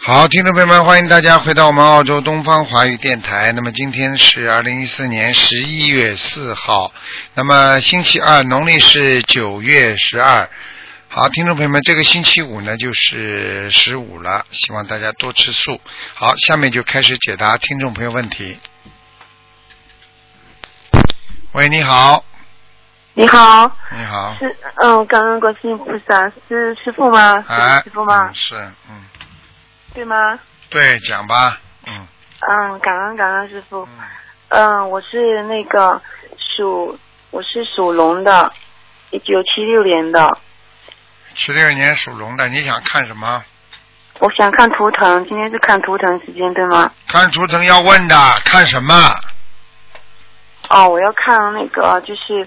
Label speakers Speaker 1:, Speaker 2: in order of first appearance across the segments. Speaker 1: 好，听众朋友们，欢迎大家回到我们澳洲东方华语电台。那么今天是二零一四年十一月四号，那么星期二，农历是九月十二。好，听众朋友们，这个星期五呢就是十五了，希望大家多吃素。好，下面就开始解答听众朋友问题。喂，你好，
Speaker 2: 你好，
Speaker 1: 你好，
Speaker 2: 是嗯，感恩观世音菩萨，是师傅吗？
Speaker 1: 哎
Speaker 2: 是师傅吗
Speaker 1: 嗯？是，嗯，
Speaker 2: 对吗？
Speaker 1: 对，讲吧，嗯
Speaker 2: 嗯，感恩感恩师傅。
Speaker 1: 嗯，
Speaker 2: 嗯，我是那个属，我是属龙的，一九七六年的。
Speaker 1: 十六年属龙的，你想看什么？
Speaker 2: 我想看图腾，今天是看图腾时间对吗？
Speaker 1: 看图腾要问的，看什么？
Speaker 2: 哦，我要看那个就是，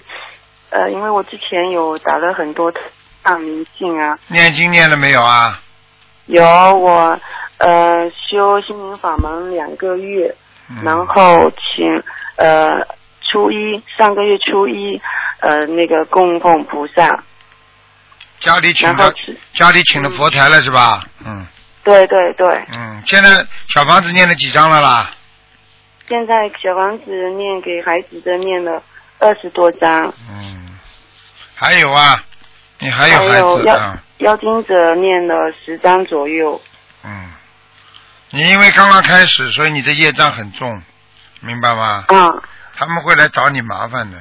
Speaker 2: 呃，因为我之前有打了很多大明镜啊，
Speaker 1: 念经念了没有啊？
Speaker 2: 有我呃修心灵法门两个月，
Speaker 1: 嗯、
Speaker 2: 然后请呃初一上个月初一呃那个供奉菩萨，
Speaker 1: 家里请
Speaker 2: 然后
Speaker 1: 的
Speaker 2: 吃
Speaker 1: 家里请的佛台了是吧？嗯
Speaker 2: 对对对，
Speaker 1: 嗯，现在小房子念了几张了啦？
Speaker 2: 现在小房子念给孩子的念了二十多张，
Speaker 1: 嗯，还有啊，你还有
Speaker 2: 还
Speaker 1: 孩
Speaker 2: 有
Speaker 1: 子
Speaker 2: 要
Speaker 1: 啊？
Speaker 2: 妖精者念了十张左右，
Speaker 1: 嗯，你因为刚刚开始，所以你的业障很重，明白吗？
Speaker 2: 嗯
Speaker 1: 他们会来找你麻烦的。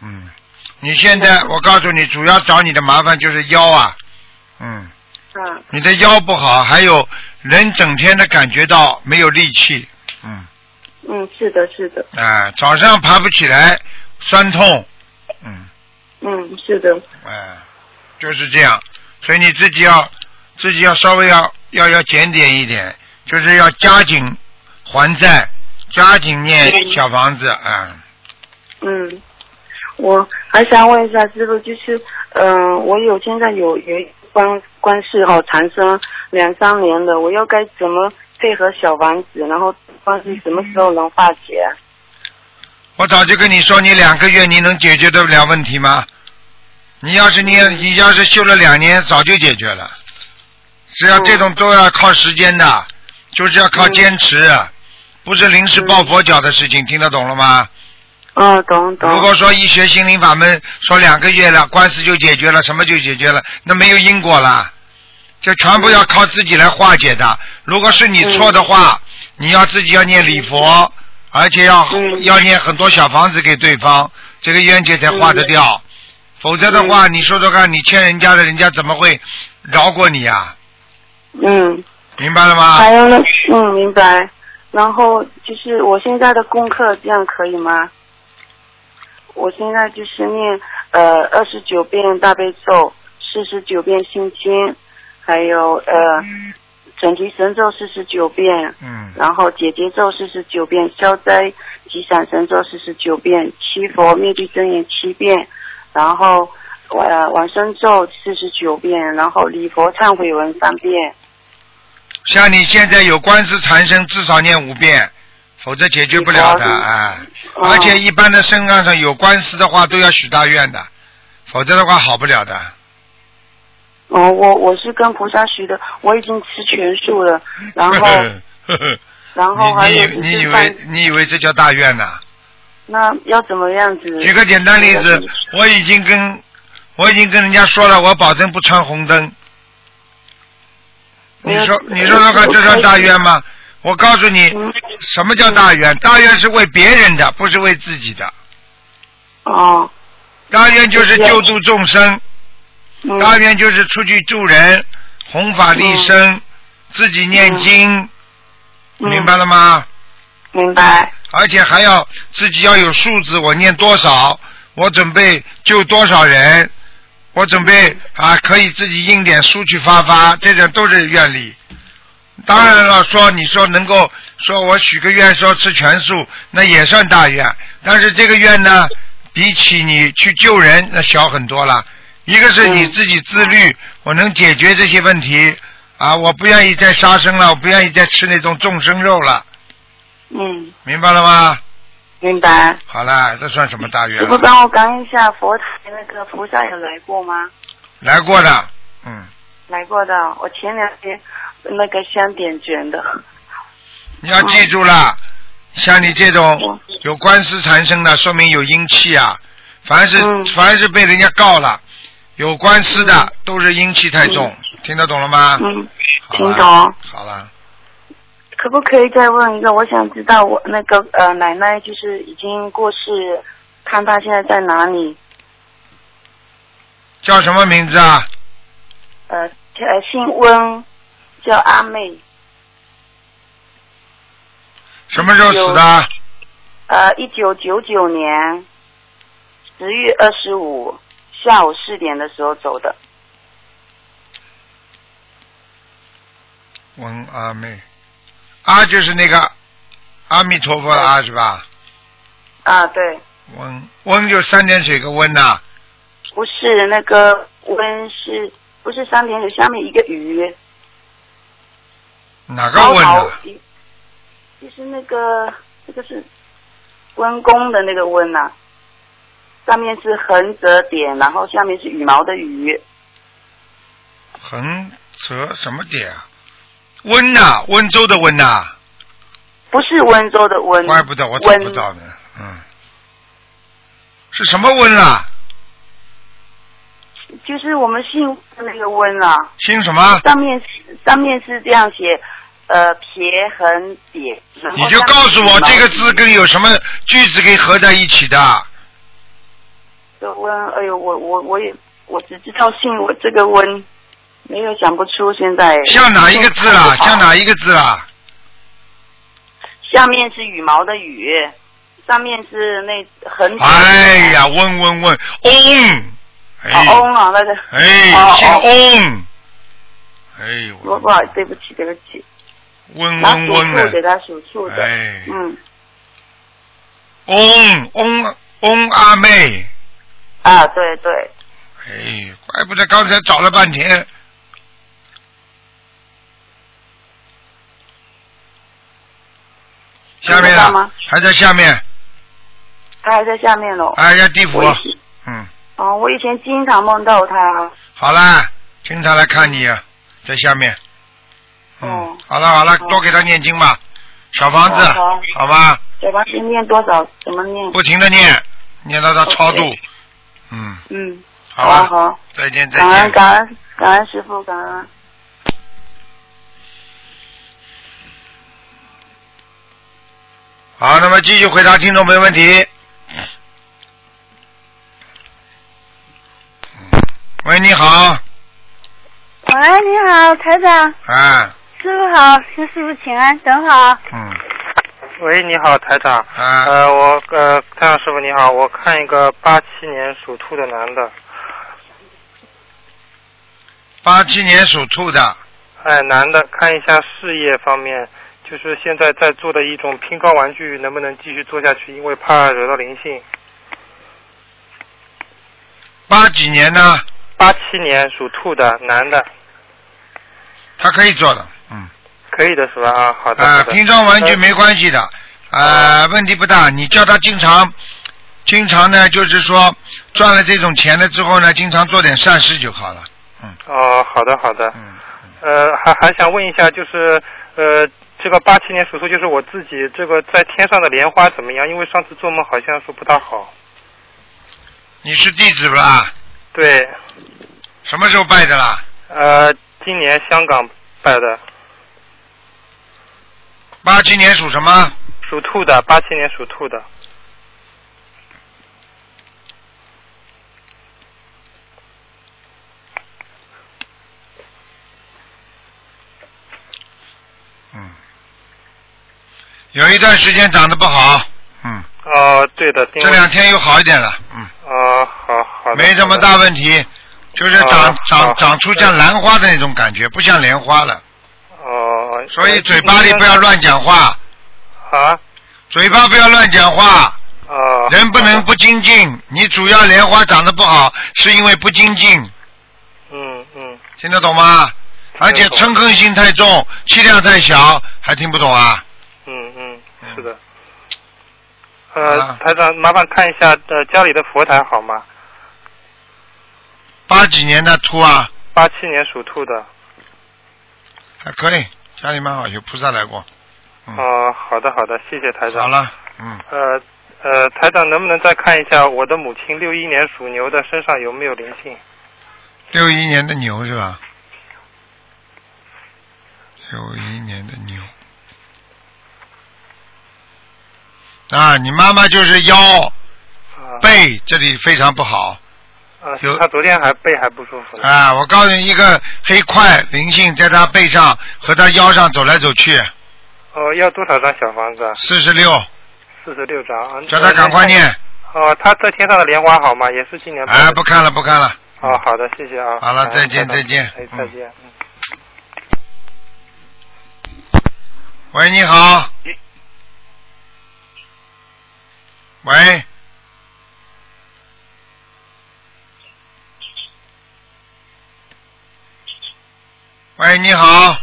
Speaker 1: 嗯，你现
Speaker 2: 嗯
Speaker 1: 在我告诉你，主要找你的麻烦就是腰啊。嗯，
Speaker 2: 嗯
Speaker 1: 你的腰不好，还有人整天的感觉到没有力气。嗯。
Speaker 2: 嗯，是的是的，
Speaker 1: 啊，早上爬不起来，酸痛，嗯，
Speaker 2: 嗯是的，
Speaker 1: 哎、就是这样，所以你自己要自己要稍微要要要检点一点，就是要加紧还债，加紧念小房子啊、
Speaker 2: 嗯。我还想问一下师傅，就是，嗯、我有现在有有一官官司哈、缠身两三年的，我要该怎么配合小王子，然后官司什么时候能化解？
Speaker 1: 我早就跟你说，你两个月你能解决得了问题吗？你要是你你要是修了两年，早就解决了。只要这种都要靠时间的，就是要靠坚持，啊不是临时抱佛脚的事情，听得懂了吗？
Speaker 2: 哦，懂懂。
Speaker 1: 如果说一学心灵法门，说两个月了，官司就解决了，什么就解决了，那没有因果了，这全部要靠自己来化解的。如果是你错的话，你要自己要念礼佛，而且要、
Speaker 2: 嗯
Speaker 1: 要念很多小房子给对方，这个冤结才化得掉。否则的话，你说说看，你欠人家的，人家怎么会饶过你啊？
Speaker 2: 嗯，
Speaker 1: 明白了吗？
Speaker 2: 还有呢，嗯，明白。然后就是我现在的功课，这样可以吗？我现在就是念呃二十九遍大悲咒，四十九遍心经，还有呃准提神咒四十九遍，
Speaker 1: 嗯
Speaker 2: 然后解结咒四十九遍，消灾吉祥神咒四十九遍，七佛灭罪真言七遍，然后呃往生咒四十九遍，然后礼佛忏悔文三遍。
Speaker 1: 像你现在有官司缠身，至少念五遍，否则解决不了的
Speaker 2: 礼佛礼
Speaker 1: 啊。
Speaker 2: 哦
Speaker 1: 而且一般的身上上有官司的话，都要许大愿的，否则的话好不了的。
Speaker 2: 哦，我我是跟菩萨许的，我已经吃全素了，然 后然后还
Speaker 1: 嗯你
Speaker 2: 有
Speaker 1: 你
Speaker 2: 就
Speaker 1: 你以
Speaker 2: 是饭
Speaker 1: 为你以为这叫大愿呐、
Speaker 2: 那要怎么样子？
Speaker 1: 举个简单例子
Speaker 2: 嗯，
Speaker 1: 我已经跟我已经跟人家说了，我保证不穿红灯。你说
Speaker 2: 我
Speaker 1: 你说说看，这算大愿吗？我告诉你，
Speaker 2: 嗯，
Speaker 1: 什么叫大愿？大愿是为别人的，不是为自己的。
Speaker 2: 哦，
Speaker 1: 大愿就是救度众生，
Speaker 2: 嗯
Speaker 1: 大愿就是出去助人，弘法利生，自己念经，
Speaker 2: 嗯
Speaker 1: 明白了吗？
Speaker 2: 明白，
Speaker 1: 而且还要自己要有数字，我念多少，我准备救多少人，我准备啊可以自己印点书去发发，这种都是愿力。当然了，说你说能够说我许个愿说吃全素，那也算大愿，但是这个愿呢，比起你去救人那小很多了。一个是你
Speaker 2: 嗯
Speaker 1: 自己自律，我能解决这些问题啊，我不愿意再杀生了，我不愿意再吃那种众生肉了，
Speaker 2: 嗯，
Speaker 1: 明白了吗？
Speaker 2: 明白。
Speaker 1: 好了，这算什么大愿
Speaker 2: 师？傅帮我感应一下佛台那个菩萨有来过吗？
Speaker 1: 来过的，嗯，
Speaker 2: 来过的，我前两天那个香点卷的。
Speaker 1: 哦你要记住了，像你这
Speaker 2: 嗯
Speaker 1: 种有官司缠身的，说明有阴气啊。凡是、
Speaker 2: 嗯
Speaker 1: 凡是被人家告了，有官司的、都是阴气太重，听得懂了吗？
Speaker 2: 嗯，
Speaker 1: 啊好
Speaker 2: 听
Speaker 1: 了
Speaker 2: 懂。
Speaker 1: 好了，
Speaker 2: 可不可以再问一个？我想知道我那个呃奶奶就是已经过世，看她现在在哪里？
Speaker 1: 叫什么名字啊？
Speaker 2: 呃，呃姓温，叫阿妹，
Speaker 1: 什么时候死的？
Speaker 2: 呃，一九九九年十月二十五下午四点的时候走的。
Speaker 1: 文阿妹，阿就是那个阿弥陀佛的阿是吧？
Speaker 2: 啊，对，
Speaker 1: 温温就三点水个温呐、
Speaker 2: 不是那个温是，不是三点水下面一个鱼，
Speaker 1: 哪个
Speaker 2: 高
Speaker 1: 温啊
Speaker 2: 潮
Speaker 1: 呢？
Speaker 2: 鱼，就是那个这个是温公的那个温呐、上面是横折点，然后下面是羽毛的羽，
Speaker 1: 横折什么点啊？温呐、温州的温呐、
Speaker 2: 不是温州的温。
Speaker 1: 怪不得我找
Speaker 2: 温
Speaker 1: 不到呢。嗯，是什么温啊啦？
Speaker 2: 就是我们姓温的那个温啊。
Speaker 1: 姓什么？
Speaker 2: 上面是上面是这样写，呃，撇横点。然后
Speaker 1: 你就告诉我这
Speaker 2: 下面是
Speaker 1: 个字跟有什么句子可以合在一起的？
Speaker 2: 这个温，哎呦，我我我也我只知道姓我这个温，没有想不出现在。
Speaker 1: 像哪一个字啦？像
Speaker 2: 好？
Speaker 1: 哪一个字啊啦？
Speaker 2: 下面是羽毛的羽，上面是那横。
Speaker 1: 哎，呀，温温温，嗡，哎，
Speaker 2: 哦，翁啊，那个。
Speaker 1: 哎，
Speaker 2: 哦
Speaker 1: 姓
Speaker 2: 哦
Speaker 1: 翁，哎，
Speaker 2: 我不好，对不起，对不起，
Speaker 1: 嗡
Speaker 2: 拿
Speaker 1: 嗡
Speaker 2: 属
Speaker 1: 嗡
Speaker 2: 兔给
Speaker 1: 的，
Speaker 2: 他属兔的，
Speaker 1: 哎
Speaker 2: 嗯，
Speaker 1: 翁翁翁阿妹，
Speaker 2: 啊，对对，
Speaker 1: 哎，怪不得刚才找了半天。下面
Speaker 2: 听得到
Speaker 1: 啊
Speaker 2: 吗，
Speaker 1: 还在下面，
Speaker 2: 他还在下面喽。
Speaker 1: 哎，在地府
Speaker 2: 哦我，以前
Speaker 1: 嗯，
Speaker 2: 哦，我以前经常梦到他，
Speaker 1: 好啦，经常来看你，啊，在下面，嗯
Speaker 2: 哦，
Speaker 1: 好了好了，
Speaker 2: 哦
Speaker 1: 多给他念经吧，小房子
Speaker 2: 好好，
Speaker 1: 好吧，
Speaker 2: 小房子念多少？怎么念？
Speaker 1: 不停的念，念到他超度
Speaker 2: OK，
Speaker 1: 嗯，
Speaker 2: 嗯，
Speaker 1: 好
Speaker 2: 啊
Speaker 1: 了，
Speaker 2: 好啊，
Speaker 1: 再见再
Speaker 2: 感恩
Speaker 1: 见。
Speaker 2: 感恩感恩师傅，感恩。
Speaker 1: 好，那么继续回答听众朋友问题。喂，你好，
Speaker 3: 喂，你好，台长，
Speaker 1: 啊，
Speaker 3: 师傅好，向师傅请安，等好。
Speaker 1: 嗯，
Speaker 4: 喂，你好，台长。
Speaker 1: 啊，
Speaker 4: 呃，我呃，台长师傅你好，我看一个八七年属兔的男的，
Speaker 1: 八七年属兔的，
Speaker 4: 哎，男的，看一下事业方面，就是现在在做的一种拼装玩具，能不能继续做下去？因为怕惹到灵性。
Speaker 1: 八几年呢？
Speaker 4: 八七年属兔的男的，
Speaker 1: 他可以做的，嗯，
Speaker 4: 可以的是吧？啊，好的，
Speaker 1: 啊
Speaker 4: 好，的。
Speaker 1: 拼装玩具没关系的，呃，
Speaker 4: 啊
Speaker 1: 问题不大。你叫他经常，经常呢，就是说赚了这种钱了之后呢，经常做点善事就好了，
Speaker 4: 哦，好的，好的。
Speaker 1: 嗯，
Speaker 4: 呃，还还想问一下，就是呃，这个八七年属兔，就是我自己这个在天上的莲花怎么样？因为上次做梦好像说不大好。
Speaker 1: 你是弟子不啦？
Speaker 4: 对，
Speaker 1: 什么时候拜的啦？
Speaker 4: 呃，今年香港拜的，
Speaker 1: 八七年属什么？
Speaker 4: 属兔的，八七年属兔的。
Speaker 1: 嗯，有一段时间长得不好，嗯，
Speaker 4: 哦、对的，因
Speaker 1: 这
Speaker 4: 为
Speaker 1: 两天又好一点了，嗯，
Speaker 4: 哦、好好的。
Speaker 1: 没什么
Speaker 4: 好
Speaker 1: 大
Speaker 4: 的。
Speaker 1: 问题，就是长
Speaker 4: 哦
Speaker 1: 长
Speaker 4: 好
Speaker 1: 长出像兰花的那种感觉，不像莲花了，
Speaker 4: 哦、
Speaker 1: 所以嘴巴里不要乱讲话，
Speaker 4: 啊。
Speaker 1: 嘴巴不要乱讲话，
Speaker 4: 哦、
Speaker 1: 人不能
Speaker 4: 好的。
Speaker 1: 不精进。你主要莲花长得不好，是因为不精进，
Speaker 4: 嗯嗯。
Speaker 1: 听得懂吗？而且
Speaker 4: 听得懂
Speaker 1: 嗔恨心太重，气量太小，还听不懂啊？
Speaker 4: 嗯，嗯，是的。
Speaker 1: 好
Speaker 4: 呃
Speaker 1: 了，
Speaker 4: 台长，麻烦看一下，呃，家里的佛台好吗？
Speaker 1: 八几年的秃啊，
Speaker 4: 八八七年属兔的。
Speaker 1: 还可以，家里蛮好，有菩萨来过。嗯，
Speaker 4: 哦，好的好的，谢谢台
Speaker 1: 好
Speaker 4: 长。
Speaker 1: 了，嗯，
Speaker 4: 呃呃，台长能不能再看一下我的母亲六一年属牛的身上有没有灵性？
Speaker 1: 六一年的牛是吧？六一年的牛。啊，你妈妈就是腰
Speaker 4: 啊、
Speaker 1: 背这里非常不好
Speaker 4: 啊，
Speaker 1: 有
Speaker 4: 他昨天还背还不舒服呢。
Speaker 1: 啊！我告诉你，一个黑块灵性在她背上和她腰上走来走去，
Speaker 4: 哦，要多少张小房子啊？
Speaker 1: 四十六，
Speaker 4: 四十六张。啊
Speaker 1: 叫她赶快。念。
Speaker 4: 哦，他这天上的莲花好吗？也是今年。
Speaker 1: 哎，不。看了，不看了。
Speaker 4: 哦，好的，谢谢啊。
Speaker 1: 好了
Speaker 4: 感
Speaker 1: 再
Speaker 4: 恩
Speaker 1: 见
Speaker 4: 台长
Speaker 1: 再见
Speaker 4: 哎，
Speaker 1: 嗯
Speaker 4: 再见。嗯
Speaker 1: 喂，你好。喂。喂，你好。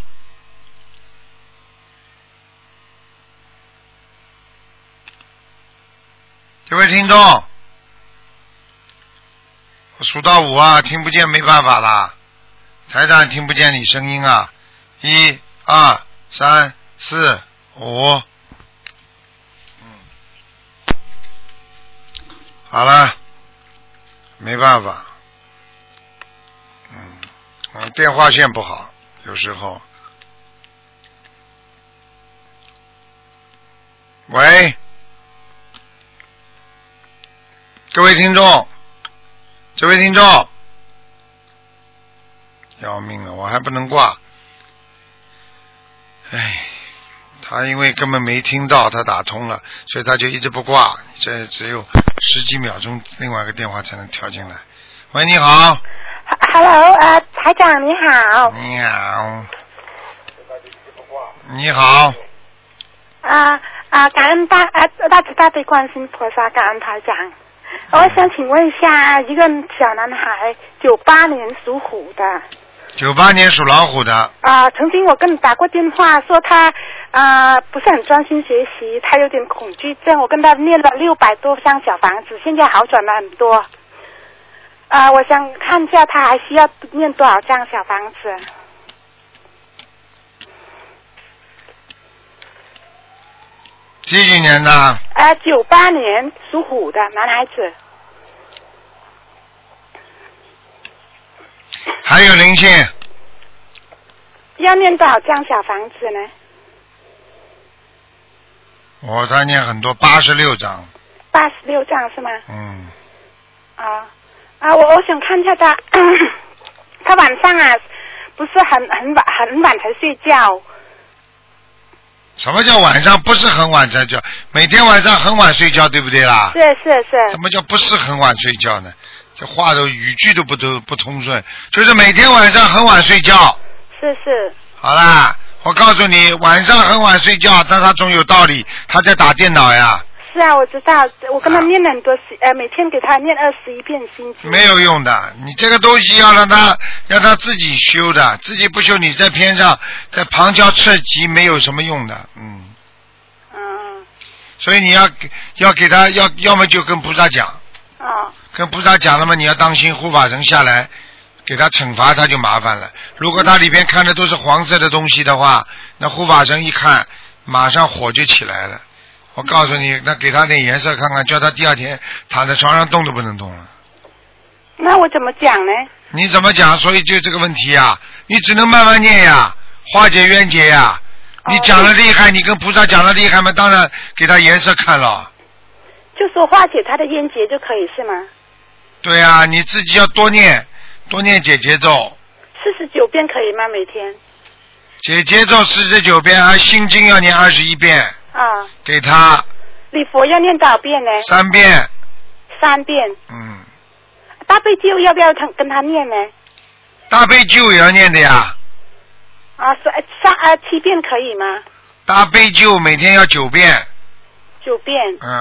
Speaker 1: 这位听众，我数到五啊，听不见没办法啦，台长听不见你声音啊，一二三四五，嗯，好了，没办法，嗯，嗯，电话线不好，有时候。喂，各位听众，这位听众，要命了，我还不能挂。哎唉，他因为根本没听到，他打通了，所以他就一直不挂。这只有十几秒钟，另外一个电话才能跳进来。喂，你好，
Speaker 5: Hello，呃，台长你好，
Speaker 1: 你好，你好，
Speaker 5: 啊、啊、感恩大呃大慈大悲观世音菩萨，感恩台长。我想请问一下，一个小男孩，九八年属虎的，
Speaker 1: 九八年属老虎的，
Speaker 5: 啊、曾经我跟你打过电话，说他啊、不是很专心学习，他有点恐惧症，我跟他念了六百多张小房子，现在好转了很多。啊、我想看一下他还需要念多少张小房子？
Speaker 1: 几几年的？
Speaker 5: 啊、9九八年属虎的男孩子。
Speaker 1: 还有灵性，
Speaker 5: 要念多少张小房子呢？
Speaker 1: 我在念很多八十六章，
Speaker 5: 八十六张是吗？
Speaker 1: 嗯，
Speaker 5: 啊啊，我我想看一下他， 他晚上啊不是很很晚很晚才睡觉
Speaker 1: 什么叫晚上不是很晚才觉？每天晚上很晚睡觉，对不对啦？
Speaker 5: 是是是
Speaker 1: 什么叫不是很晚睡觉呢？这话都语句都不都不通顺，就是每天晚上很晚睡觉。
Speaker 5: 是是
Speaker 1: 好啦，我告诉你，晚上很晚睡觉，但他总有道理，他在打电脑呀，
Speaker 5: 是啊，我知道，我跟他念了很多心，呃，每天给他念二十一遍心经。
Speaker 1: 啊没有用的。你这个东西要让他让他自己修的，自己不修，你在边上在旁敲侧击没有什么用的，嗯。
Speaker 5: 嗯
Speaker 1: 所以你要给要给他要要么就跟菩萨讲，
Speaker 5: 哦
Speaker 1: 跟菩萨讲了嘛，你要当心护法神下来给他惩罚，他就麻烦了。如果他里边看的都是黄色的东西的话，那护法神一看，马上火就起来了。我告诉你，那给他点颜色看看，叫他第二天躺在床上动都不能动了。
Speaker 5: 那我怎么讲呢？
Speaker 1: 你怎么讲？所以就这个问题呀、你只能慢慢念呀，化解冤结呀。你
Speaker 5: 哦
Speaker 1: 讲的厉害，你跟菩萨讲的厉害嘛，当然给他颜色看了。
Speaker 5: 就说化解他的冤结就可以是吗？
Speaker 1: 对啊，你自己要多念，多念解节奏，
Speaker 5: 四十九遍可以吗？每天
Speaker 1: 解节奏四十九遍，还心经要念二十一遍，
Speaker 5: 啊、
Speaker 1: 给他
Speaker 5: 礼佛要念多少遍呢？
Speaker 1: 三遍，
Speaker 5: 三遍。
Speaker 1: 嗯，
Speaker 5: 大悲咒要不要他跟他念呢？
Speaker 1: 大悲咒也要念的呀，
Speaker 5: 啊，三三啊七遍可以吗？
Speaker 1: 大悲咒每天要九遍，
Speaker 5: 九遍
Speaker 1: 嗯，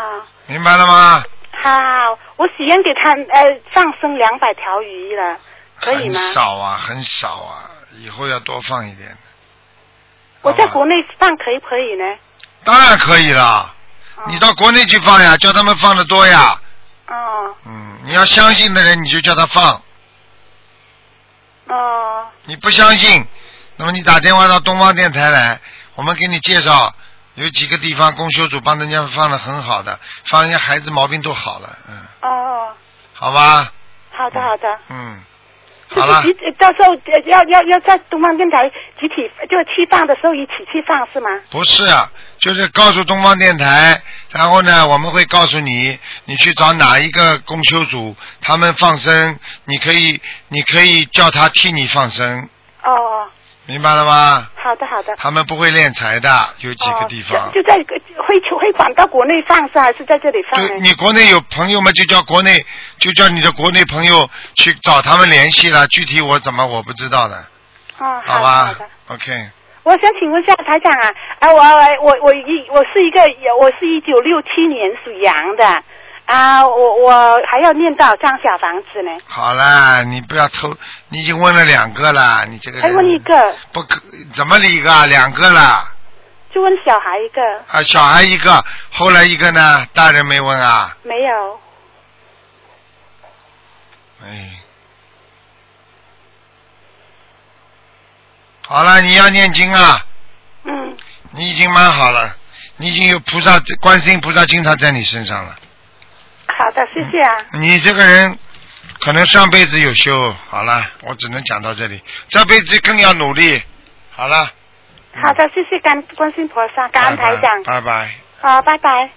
Speaker 5: 啊，
Speaker 1: 明白了吗？
Speaker 5: 好，我许愿给他呃上升两百条鱼了，可
Speaker 1: 很
Speaker 5: 以吗？
Speaker 1: 少啊，很少啊，以后要多放一点。
Speaker 5: 我在
Speaker 1: 好吧
Speaker 5: 国内放可以不可以呢？
Speaker 1: 当然可以了，
Speaker 5: 哦
Speaker 1: 你到国内去放呀，叫他们放的多呀，
Speaker 5: 哦
Speaker 1: 嗯，你要相信的人你就叫他放，
Speaker 5: 哦
Speaker 1: 你不相信，那么你打电话到东方电台来，我们给你介绍有几个地方公修组帮人家放的很好的，放人家孩子毛病都好了，嗯，
Speaker 5: 哦，
Speaker 1: 好吧，
Speaker 5: 好的好的。
Speaker 1: 嗯，好了
Speaker 5: 集，体到时候呃要要要在东方电台集体就去放的时候一起去放是吗？
Speaker 1: 不是啊，就是告诉东方电台，然后呢，我们会告诉你，你去找哪一个公修组，他们放生，你可以，你可以叫他替你放生，
Speaker 5: 哦，
Speaker 1: 明白了吗？
Speaker 5: 好的好的。
Speaker 1: 他们不会敛财的，有几个地方。
Speaker 5: 哦、就就在会会广到国内放是还是在这里放呢？
Speaker 1: 就你国内有朋友嘛，就叫国内，就叫你的国内朋友去找他们联系了。具体我怎么我不知道的，
Speaker 5: 哦，好
Speaker 1: 好
Speaker 5: 的
Speaker 1: 吧
Speaker 5: 好的。
Speaker 1: ？OK，
Speaker 5: 我想请问一下台长啊，啊，我我我我一我是一个我是一九六七年属羊的啊，我我还要念到张小房子呢，
Speaker 1: 好啦，你不要偷，你已经问了两个啦，你这个
Speaker 5: 还
Speaker 1: 人
Speaker 5: 哎问一个，
Speaker 1: 不可怎么理一个啊？两个啦，
Speaker 5: 就问小孩一个
Speaker 1: 啊，小孩一个，后来一个呢，大人没问啊，
Speaker 5: 没有？
Speaker 1: 哎，好了，你要念经啊，
Speaker 5: 嗯，
Speaker 1: 你已经蛮好了，你已经有菩萨观世音菩萨经常在你身上了。
Speaker 5: 好的，谢谢啊。
Speaker 1: 你这个人可能上辈子有修，好了，我只能讲到这里，这辈子更要努力。好了，嗯
Speaker 5: 好的，谢谢感观世音菩萨，感恩台长，
Speaker 1: 拜拜拜拜。
Speaker 5: 好，拜拜。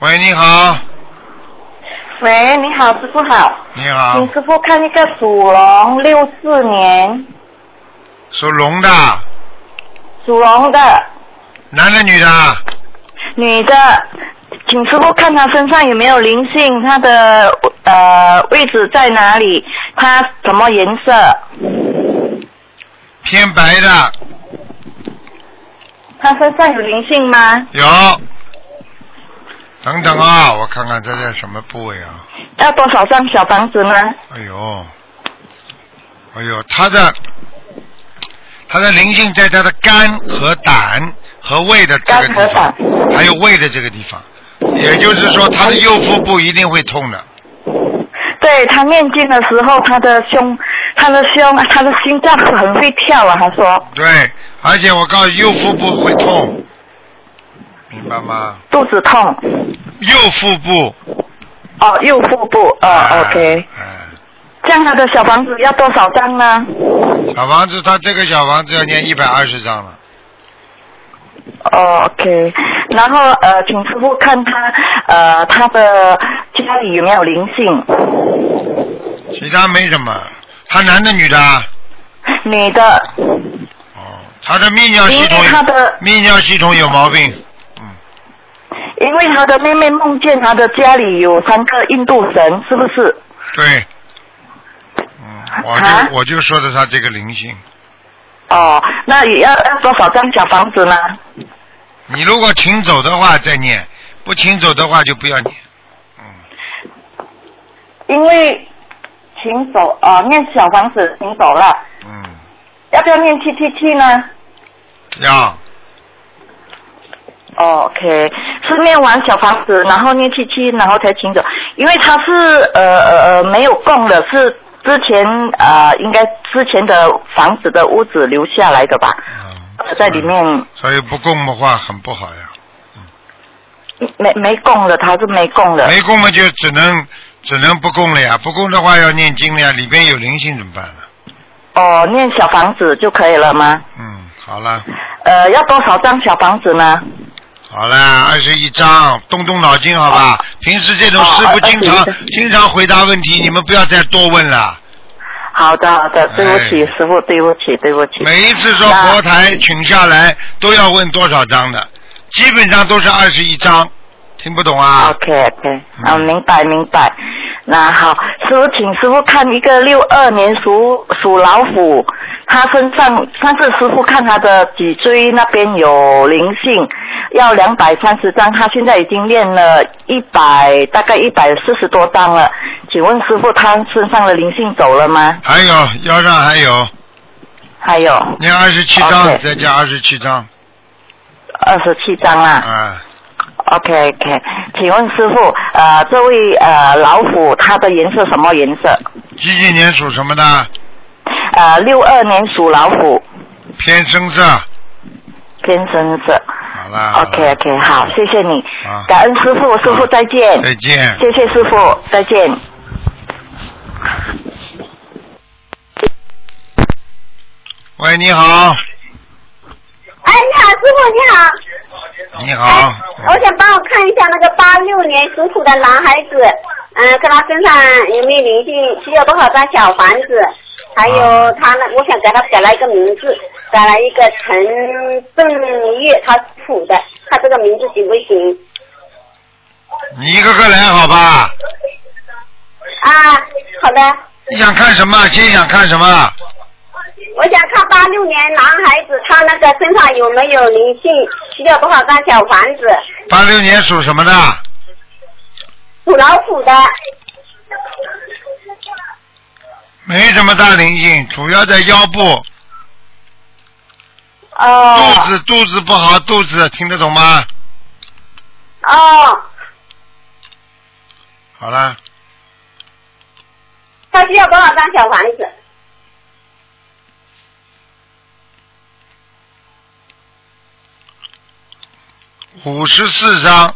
Speaker 1: 喂，你好，
Speaker 6: 喂，你好，师傅好，
Speaker 1: 你好
Speaker 6: 请，师傅看一个属龙六四年
Speaker 1: 属龙的，
Speaker 6: 属龙的
Speaker 1: 男的女的，
Speaker 6: 女的，请师傅看她身上有没有灵性，她的呃位置在哪里，她什么颜色？
Speaker 1: 偏白的，
Speaker 6: 她身上有灵性吗？
Speaker 1: 有。等等啊，我看看这在什么部位啊？
Speaker 6: 要多少张小房子呢？
Speaker 1: 哎呦，哎呦，他的他的灵性在他的肝和胆和胃的这个
Speaker 6: 肝
Speaker 1: 地
Speaker 6: 和
Speaker 1: 方
Speaker 6: 胆，
Speaker 1: 还有胃的这个地方，也就是说他的右腹部一定会痛的。
Speaker 6: 对她念经的时候，她的胸、她的胸、她的心脏很会跳啊，她说
Speaker 1: 对，而且我告诉你右腹部会痛，明白吗？
Speaker 6: 肚子痛，
Speaker 1: 右腹部。
Speaker 6: 哦，右腹部，哦、
Speaker 1: 啊
Speaker 6: OK，
Speaker 1: 嗯，
Speaker 6: 这样她的小房子要多少张呢？
Speaker 1: 小房子，他这个小房子要念一百二十章了。
Speaker 6: 哦，OK。然后呃，请师傅看他呃他的家里有没有灵性，
Speaker 1: 其他没什么。他男的女的啊？
Speaker 6: 女的，
Speaker 1: 哦，他的泌尿系
Speaker 6: 因
Speaker 1: 统
Speaker 6: 为他的
Speaker 1: 泌尿系统有毛病。嗯，
Speaker 6: 因为他的妹妹梦见他的家里有三个印度神，是不是？
Speaker 1: 对。嗯，我就、
Speaker 6: 啊
Speaker 1: 我就说的他这个灵性。
Speaker 6: 哦，那也要要多少张小房子呢？
Speaker 1: 你如果请走的话再念，不请走的话就不要念。嗯
Speaker 6: 因为请走哦，念小房子请走了，
Speaker 1: 嗯，
Speaker 6: 要不要念七七七呢？
Speaker 1: 要
Speaker 6: 哦，OK，是念完小房子，然后念七七，然后才请走，因为他是呃呃呃没有供的，是之前呃应该之前的房子的屋子留下来的吧，
Speaker 1: 嗯
Speaker 6: 呃在里面
Speaker 1: 所以不供的话很不好呀。
Speaker 6: 没没供的，他是没供的，
Speaker 1: 没供嘛就只能只能不供了呀，不供的话要念经了呀，里边有灵性怎么办呢？
Speaker 6: 哦，念小房子就可以了吗？
Speaker 1: 嗯，好了
Speaker 6: 呃，要多少张小房子呢？
Speaker 1: 好了，二十一章，动动脑筋好吧？平时这种
Speaker 6: 哦
Speaker 1: 师傅经常、
Speaker 6: 21章
Speaker 1: 经常回答问题，你们不要再多问了。
Speaker 6: 好的好的，对不起、
Speaker 1: 哎
Speaker 6: 师傅，对不起对不起，
Speaker 1: 每一次说
Speaker 6: 那
Speaker 1: 佛台请下来都要问多少张的，基本上都是二十一张，听不懂啊？
Speaker 6: OK OK，
Speaker 1: 嗯
Speaker 6: 啊，明白明白。那好，师傅，请师傅看一个六二年属属老虎，他身上上次师傅看他的脊椎那边有灵性，要两百三十张，他现在已经练了一百，大概一百四十多张了。请问师傅，他身上的灵性走了吗？
Speaker 1: 还有腰上还有，
Speaker 6: 还有
Speaker 1: 念二十七章，
Speaker 6: OK
Speaker 1: 再加二十七章，
Speaker 6: 二十七张啦。
Speaker 1: 啊，
Speaker 6: OK OK，请问师傅，呃，这位呃老虎它的颜色什么颜色？
Speaker 1: 几几年属什么的？
Speaker 6: 呃，六二年属老虎，
Speaker 1: 偏深色。
Speaker 6: 偏深色。
Speaker 1: 好啦。好啦
Speaker 6: OK OK，好，谢谢你
Speaker 1: 啊，
Speaker 6: 感恩师傅，师傅再见，
Speaker 1: 再见。
Speaker 6: 谢谢师傅，再见。
Speaker 1: 喂，你好，
Speaker 7: 哎，你好，师傅，你好。
Speaker 1: 你好。
Speaker 7: 哎我想帮我看一下那个八六年属虎的男孩子，嗯、看他身上有没有灵性，需要多少张小房子？还有他呢，我想给他改了一个名字，改了一个陈正月，他属的，他这个名字行不行？
Speaker 1: 你一个个来好吧？
Speaker 7: 啊，好的，
Speaker 1: 你想看什么？先想看什么？
Speaker 7: 我想看八六年男孩子他那个身上有没有灵性，需要多少张小房子？
Speaker 1: 八六年属什么的？
Speaker 7: 属老虎的，
Speaker 1: 没什么大灵性，主要在腰部、
Speaker 7: 哦
Speaker 1: 肚子，肚子不好，肚子听得懂吗？
Speaker 7: 哦，
Speaker 1: 好了，
Speaker 7: 他需要多少张小房子？
Speaker 1: 五十四张，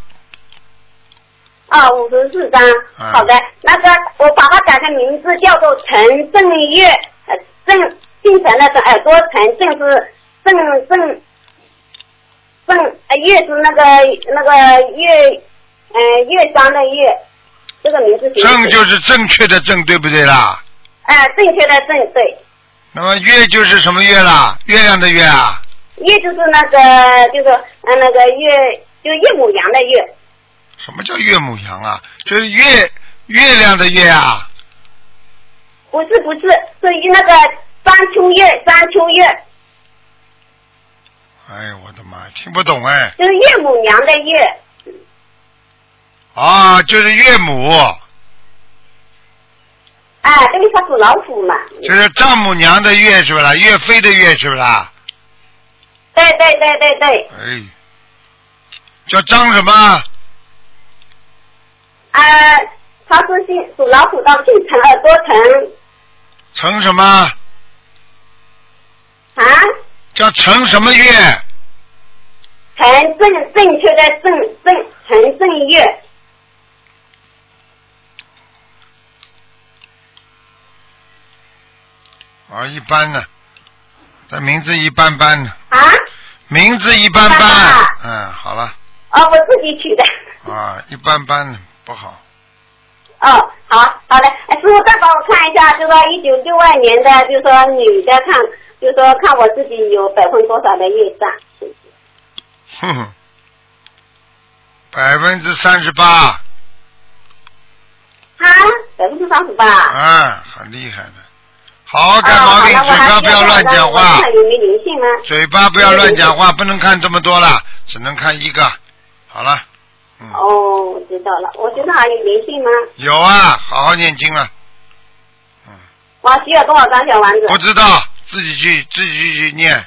Speaker 7: 啊，五十四张。
Speaker 1: 嗯
Speaker 7: 好的，那个我把它改个名字叫做陈正月，呃，正姓陈的陈，耳朵陈，正是正正正，呃，月是那个那个月，呃，月光的月，这个名字行不行
Speaker 1: 正就是正确的正，对不对啦？
Speaker 7: 哎、正确的正对，
Speaker 1: 那么月就是什么月啦？月亮的月啊？
Speaker 7: 月就是那个就是呃那个月就是岳母娘的月，
Speaker 1: 什么叫岳母羊啊？就是月月亮的月啊？
Speaker 7: 不是不是是那个张秋月张秋月，
Speaker 1: 哎呦我的妈，听不懂哎！
Speaker 7: 就是岳母娘的岳。
Speaker 1: 啊，就是岳母，
Speaker 7: 哎，这个他属老虎嘛。
Speaker 1: 就是丈母娘的岳是不啦？岳飞的岳是不啦？
Speaker 7: 对对对对对，
Speaker 1: 哎，叫张什么？
Speaker 7: 呃，他是姓属老虎的，姓陈，耳朵陈
Speaker 1: 陈什么？
Speaker 7: 啊，
Speaker 1: 叫陈什么月？
Speaker 7: 陈正正确的正正陈正月，
Speaker 1: 啊，一般呢，这名字一般般呢，
Speaker 7: 啊，
Speaker 1: 名字一般
Speaker 7: 一
Speaker 1: 般
Speaker 7: 般般。
Speaker 1: 嗯，好了，
Speaker 7: 哦，我自己取的。
Speaker 1: 啊，一般般呢，不好。
Speaker 7: 哦，好好的，哎师傅再帮我看一下，就说一九六二年的，就说女的看，就说看我自己有百分多少的业障。
Speaker 1: 哼哼，百分之三十八，
Speaker 7: 啊，百分之三十八。
Speaker 1: 嗯，很厉害的。好好
Speaker 7: 哦，
Speaker 1: 改啊毛
Speaker 7: 好
Speaker 1: 病，
Speaker 7: 了，我
Speaker 1: 嘴巴
Speaker 7: 还
Speaker 1: 不要乱讲话
Speaker 7: 看，看有没有灵性呢？
Speaker 1: 嘴巴不要乱讲话，不能看这么多了，只能看一个。好了，嗯，
Speaker 7: 哦，我知道了，我身上还有灵性吗？
Speaker 1: 有啊，好好念经了。
Speaker 7: 我需要多少张小丸子？
Speaker 1: 不知道，自己去自己去念，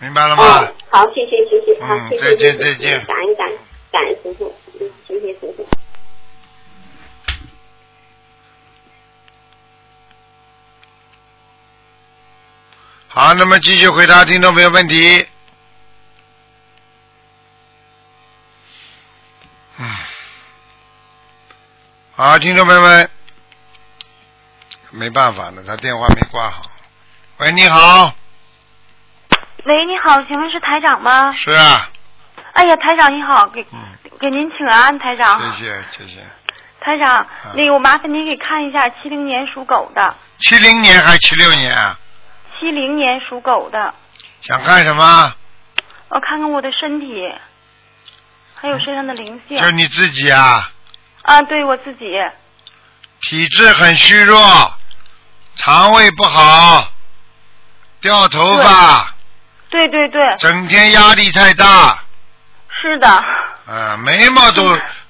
Speaker 1: 明白了吗？
Speaker 7: 哦，好，谢谢谢谢，好，
Speaker 1: 啊嗯
Speaker 7: 谢谢
Speaker 1: 再见
Speaker 7: 谢谢
Speaker 1: 再见
Speaker 7: 感恩感恩感恩师傅，嗯，谢谢师傅。
Speaker 1: 好，那么继续回答听众朋友问题。嗯，好，听众朋友们，没办法了，他电话没挂好。喂，你好，
Speaker 3: 喂，你好，请问是台长吗？
Speaker 1: 是啊，
Speaker 3: 哎呀，台长你好，给
Speaker 1: 嗯，
Speaker 3: 给您请安，台长。
Speaker 1: 谢谢谢谢。
Speaker 3: 台长，那个我麻烦您给看一下七零年属狗的，
Speaker 1: 七零年还七六年啊？
Speaker 3: 七零年属狗的，
Speaker 1: 想看什么？
Speaker 3: 我看看我的身体，还有身上的灵性。
Speaker 1: 就你自己啊，
Speaker 3: 啊，对我自己。
Speaker 1: 体质很虚弱，肠胃不好，掉头发，
Speaker 3: 对对对，
Speaker 1: 整天压力太大。
Speaker 3: 是的，
Speaker 1: 啊，眉毛都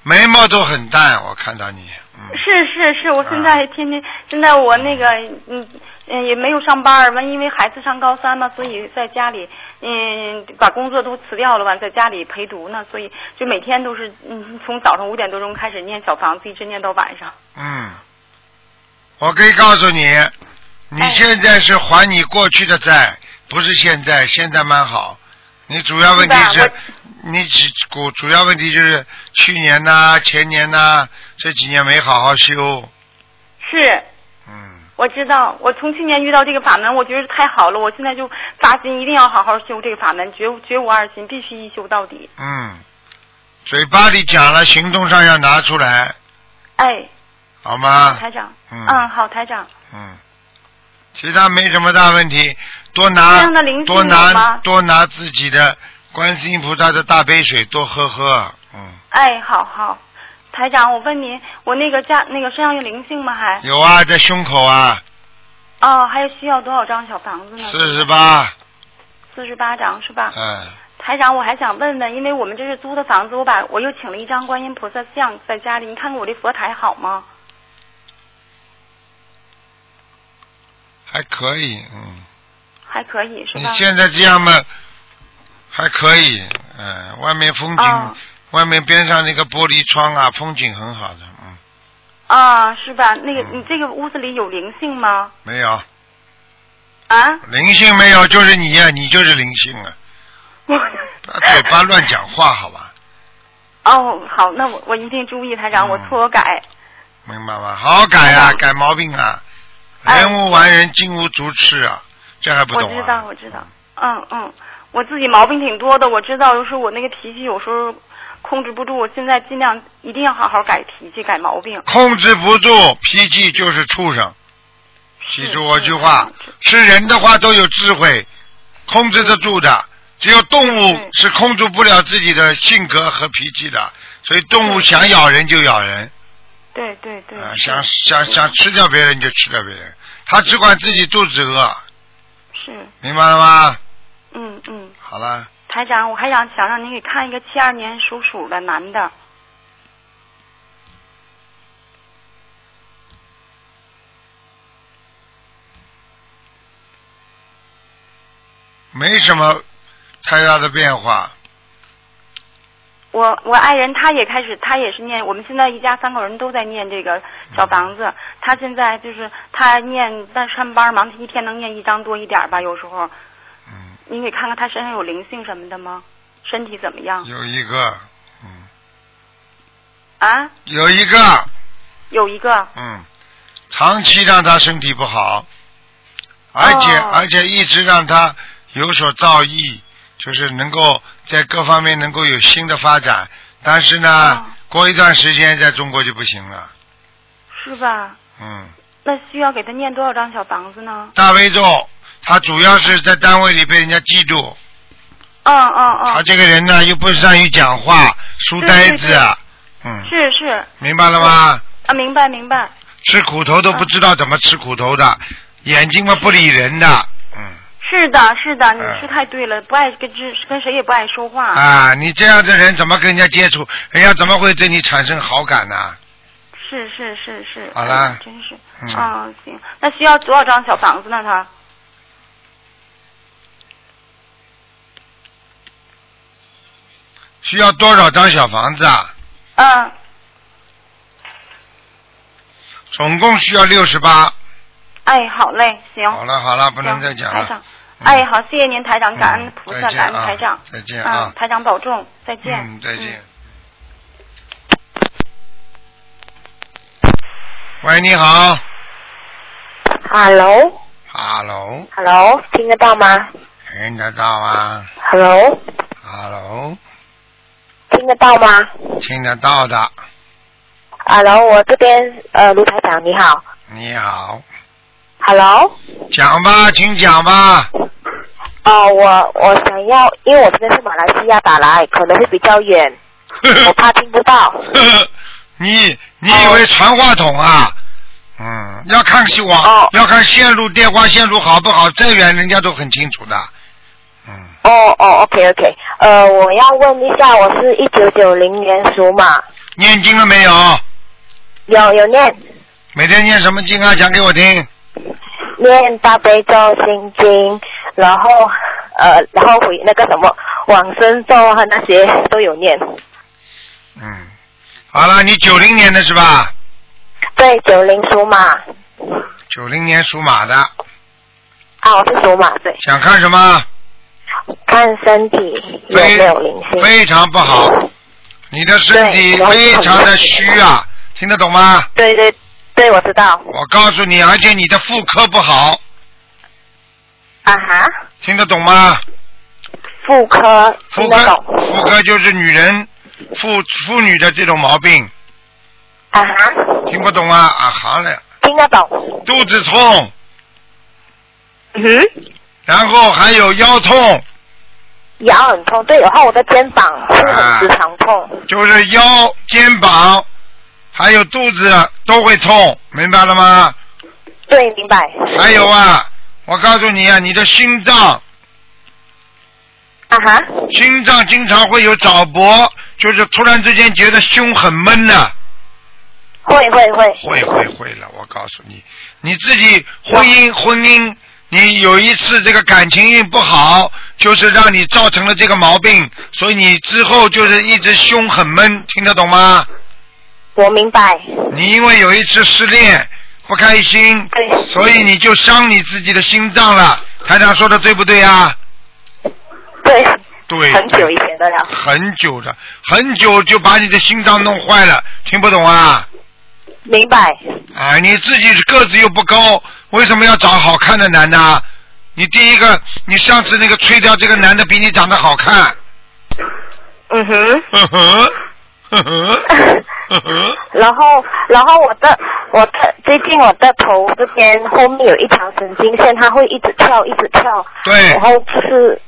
Speaker 1: 眉毛都很淡，我看到你，嗯，
Speaker 3: 是是是，我现在天天现在我那个嗯嗯，也没有上班儿，完因为孩子上高三嘛，所以在家里，嗯，把工作都辞掉了，完在家里陪读呢，所以就每天都是，嗯，从早上五点多钟开始念小房子，一直念到晚上。
Speaker 1: 嗯，我可以告诉你，你
Speaker 3: 哎
Speaker 1: 现在是还你过去的债，不是现在，现在蛮好。你主要问题
Speaker 3: 是
Speaker 1: 是
Speaker 3: 吧，
Speaker 1: 你只主主要问题就是去年呐、前年呐、这几年没好好修，
Speaker 3: 是，
Speaker 1: 嗯，
Speaker 3: 我知道，我从去年遇到这个法门，我觉得太好了，我现在就发心一定要好好修这个法门，绝无绝无二心，必须一修到底。
Speaker 1: 嗯，嘴巴里讲了，行动上要拿出来，
Speaker 3: 哎，
Speaker 1: 好吗？
Speaker 3: 台长，
Speaker 1: 嗯
Speaker 3: 嗯，好，台长，
Speaker 1: 嗯，其他没什么大问题，多
Speaker 3: 这
Speaker 1: 拿
Speaker 3: 样的灵性
Speaker 1: 多
Speaker 3: 有
Speaker 1: 拿
Speaker 3: 吗
Speaker 1: 多拿自己的观世音菩萨的大杯水多喝喝，嗯，
Speaker 3: 哎，好好，台长，我问您，我那个家那个身上有灵性吗？还？
Speaker 1: 有啊，在胸口啊，
Speaker 3: 哦，还有需要多少张小房子呢？
Speaker 1: 四十八，
Speaker 3: 四十八张是吧？
Speaker 1: 嗯，
Speaker 3: 台长，我还想问问，因为我们这是租的房子，我把我又请了一张观音菩萨像在家里，你看看我这佛台好吗？
Speaker 1: 还可以，嗯，
Speaker 3: 还可以是
Speaker 1: 你
Speaker 3: 吧？
Speaker 1: 现在这样嘛，还可以，嗯，外面风景，
Speaker 3: 哦
Speaker 1: 外面边上那个玻璃窗啊，风景很好的，嗯，
Speaker 3: 啊，是吧？那个
Speaker 1: 嗯
Speaker 3: 你这个屋子里有灵性吗？
Speaker 1: 没有
Speaker 3: 啊？
Speaker 1: 灵性没有，就是你呀、你就是灵性啊，
Speaker 3: 我
Speaker 1: 不要嘴巴乱讲话，好吧，
Speaker 3: 哦，好，那我我一定注意，台长，
Speaker 1: 嗯
Speaker 3: 我错我改。
Speaker 1: 明白吗？好好改啊，
Speaker 3: 嗯
Speaker 1: 改毛病啊，
Speaker 3: 哎
Speaker 1: 人无完人，金无足赤啊，这还不
Speaker 3: 我
Speaker 1: 懂
Speaker 3: 知
Speaker 1: 啊
Speaker 3: 道，？我知道。嗯嗯，我自己毛病挺多的，我知道，就是我那个脾气有时候控制不住，我现在尽量一定要好好改脾气，改毛病。
Speaker 1: 控制不住脾气就是畜生，记
Speaker 3: 是
Speaker 1: 住我
Speaker 3: 是
Speaker 1: 句话
Speaker 3: 是，
Speaker 1: 是人的话都有智慧，控制得住的。只有动物
Speaker 3: 对
Speaker 1: 是控制不了自己的性格和脾气的，所以动
Speaker 3: 嗯
Speaker 1: 物想咬人就咬人，
Speaker 3: 对对对。
Speaker 1: 啊、
Speaker 3: 是
Speaker 1: 想想想吃掉别人就吃掉别人，它只管自己肚子饿，
Speaker 3: 是，
Speaker 1: 明白了吗？
Speaker 3: 嗯嗯，
Speaker 1: 好了，
Speaker 3: 台长，我还想想让您给看一个七二年属鼠的男的，
Speaker 1: 没什么太大的变化，
Speaker 3: 我我爱人他也开始，他也是念，我们现在一家三口人都在念这个小房
Speaker 1: 嗯
Speaker 3: 子。他现在就是他念，但是上班忙，一天能念一张多一点儿吧，有时候。
Speaker 1: 嗯，
Speaker 3: 您给看看他身上有灵性什么的吗？身体怎么样？
Speaker 1: 有一个，嗯，
Speaker 3: 啊，
Speaker 1: 有一个，
Speaker 3: 有一个
Speaker 1: 嗯，长期让他身体不好，而且、
Speaker 3: 哦
Speaker 1: 而且一直让他有所造诣，就是能够在各方面能够有新的发展。但是呢，
Speaker 3: 哦
Speaker 1: 过一段时间在中国就不行了。
Speaker 3: 是吧？
Speaker 1: 嗯，
Speaker 3: 那需要给他念多少张小房子呢？
Speaker 1: 大悲咒，他主要是在单位里被人家记住。
Speaker 3: 嗯嗯
Speaker 1: 他
Speaker 3: 嗯，
Speaker 1: 这个人呢，又不善于讲话，书呆子。
Speaker 3: 对对
Speaker 1: 嗯，
Speaker 3: 是是
Speaker 1: 明白了吗？
Speaker 3: 啊，明白明白。
Speaker 1: 吃苦头都不知道怎么吃苦头的，眼睛嘛不理人
Speaker 3: 啊
Speaker 1: 的。嗯。
Speaker 3: 是的，是的，你
Speaker 1: 嗯
Speaker 3: 说太对了，不爱跟之跟谁也不爱说话。
Speaker 1: 啊，你这样的人怎么跟人家接触？人家怎么会对你产生好感呢、啊
Speaker 3: 是是是是，
Speaker 1: 好了
Speaker 3: 哎呀真是，
Speaker 1: 嗯
Speaker 3: 啊行，那需要多少张小房子呢？他
Speaker 1: 需要多少张小房子啊？
Speaker 3: 嗯，
Speaker 1: 总共需要六十八。
Speaker 3: 哎，好嘞，行，
Speaker 1: 好了好了，不能
Speaker 3: 行
Speaker 1: 再讲
Speaker 3: 台
Speaker 1: 了
Speaker 3: 长。，
Speaker 1: 嗯
Speaker 3: 哎，好，谢谢您，台长，
Speaker 1: 嗯
Speaker 3: 感恩菩萨，
Speaker 1: 再见
Speaker 3: 感恩
Speaker 1: 啊
Speaker 3: 台长，
Speaker 1: 再见啊
Speaker 3: 嗯，台长保重，再见，
Speaker 1: 嗯，再见。
Speaker 3: 嗯
Speaker 1: 喂，你好
Speaker 8: Hello，Hello，
Speaker 1: ，Hello，
Speaker 8: 听得到吗
Speaker 1: 听得到吗
Speaker 8: ？Hello，
Speaker 1: ？Hello，
Speaker 8: 听得到吗
Speaker 1: 听得到的。
Speaker 8: ？Hello，我这边呃，卢台长你好。
Speaker 1: 你好，
Speaker 8: Hello，
Speaker 1: 讲吧，请讲吧。
Speaker 8: 哦，我我想要，因为我这边是马来西亚打来，可能会比较远， 我怕听不到。
Speaker 1: 你你以为传话筒啊？嗯，要看网，
Speaker 8: 哦
Speaker 1: 要看线路，电话线路好不好？再远人家都很清楚的。嗯，
Speaker 8: 哦哦，OK OK，呃，我要问一下，我是一九九零年属马，
Speaker 1: 念经了没有？
Speaker 8: 有有念，
Speaker 1: 每天念什么经啊？讲给我听。
Speaker 8: 念大悲咒心经，然后呃，然后回那个什么往生咒啊那些都有念。
Speaker 1: 嗯，好了，你九零年的是吧？
Speaker 8: 对，九零属马，
Speaker 1: 九零年属马的，
Speaker 8: 啊，我是属马，对，
Speaker 1: 想看什么？
Speaker 8: 看身体有
Speaker 1: 非
Speaker 8: 没有灵性。
Speaker 1: 非常不好，你的身体
Speaker 8: 对我
Speaker 1: 非常的虚啊，听得懂吗？
Speaker 8: 对对对，我知道。
Speaker 1: 我告诉你，而且你的妇科不好，
Speaker 8: 啊哈，
Speaker 1: 听得懂吗？
Speaker 8: 妇科
Speaker 1: 妇
Speaker 8: 听
Speaker 1: 科
Speaker 8: 得懂。
Speaker 1: 妇科就是女人妇妇女的这种毛病，
Speaker 8: 啊哈，
Speaker 1: 听不懂啊啊好嘞，
Speaker 8: 听得懂。
Speaker 1: 肚子痛，
Speaker 8: 嗯哼，
Speaker 1: 然后还有腰痛，
Speaker 8: 腰很痛，对，然后我的肩膀会
Speaker 1: 啊
Speaker 8: 很时常痛。
Speaker 1: 就是腰、肩膀，还有肚子都会痛，明白了吗？
Speaker 8: 对，明白。
Speaker 1: 还有啊，我告诉你啊，你的心脏
Speaker 8: 啊哈，
Speaker 1: 心脏经常会有早搏，就是突然之间觉得胸很闷呐、
Speaker 8: 会会会，
Speaker 1: 会会会了，我告诉你，你自己婚姻婚姻，你有一次这个感情运不好，就是让你造成了这个毛病，所以你之后就是一直胸很闷，听得懂吗？
Speaker 8: 我明白。
Speaker 1: 你因为有一次失恋不开心，
Speaker 8: 对，
Speaker 9: 哎
Speaker 1: 所以你就伤你自己的心脏了。台长说的对不对啊？
Speaker 8: 对，
Speaker 1: 对，
Speaker 8: 很久以前的了。
Speaker 1: 很久的，很久就把你的心脏弄坏了，听不懂啊？
Speaker 8: 明白，
Speaker 1: 啊，你自己个子又不高，为什么要找好看的男的啊？你第一个，你上次那个吹掉这个男的比你长得好看，
Speaker 8: 嗯哼。
Speaker 1: 呵呵，呵呵，呵呵，
Speaker 8: 然后，然后我的我的最近我的头这边后面有一条神经线，它会一直跳，一直跳。
Speaker 1: 对
Speaker 8: 然后就是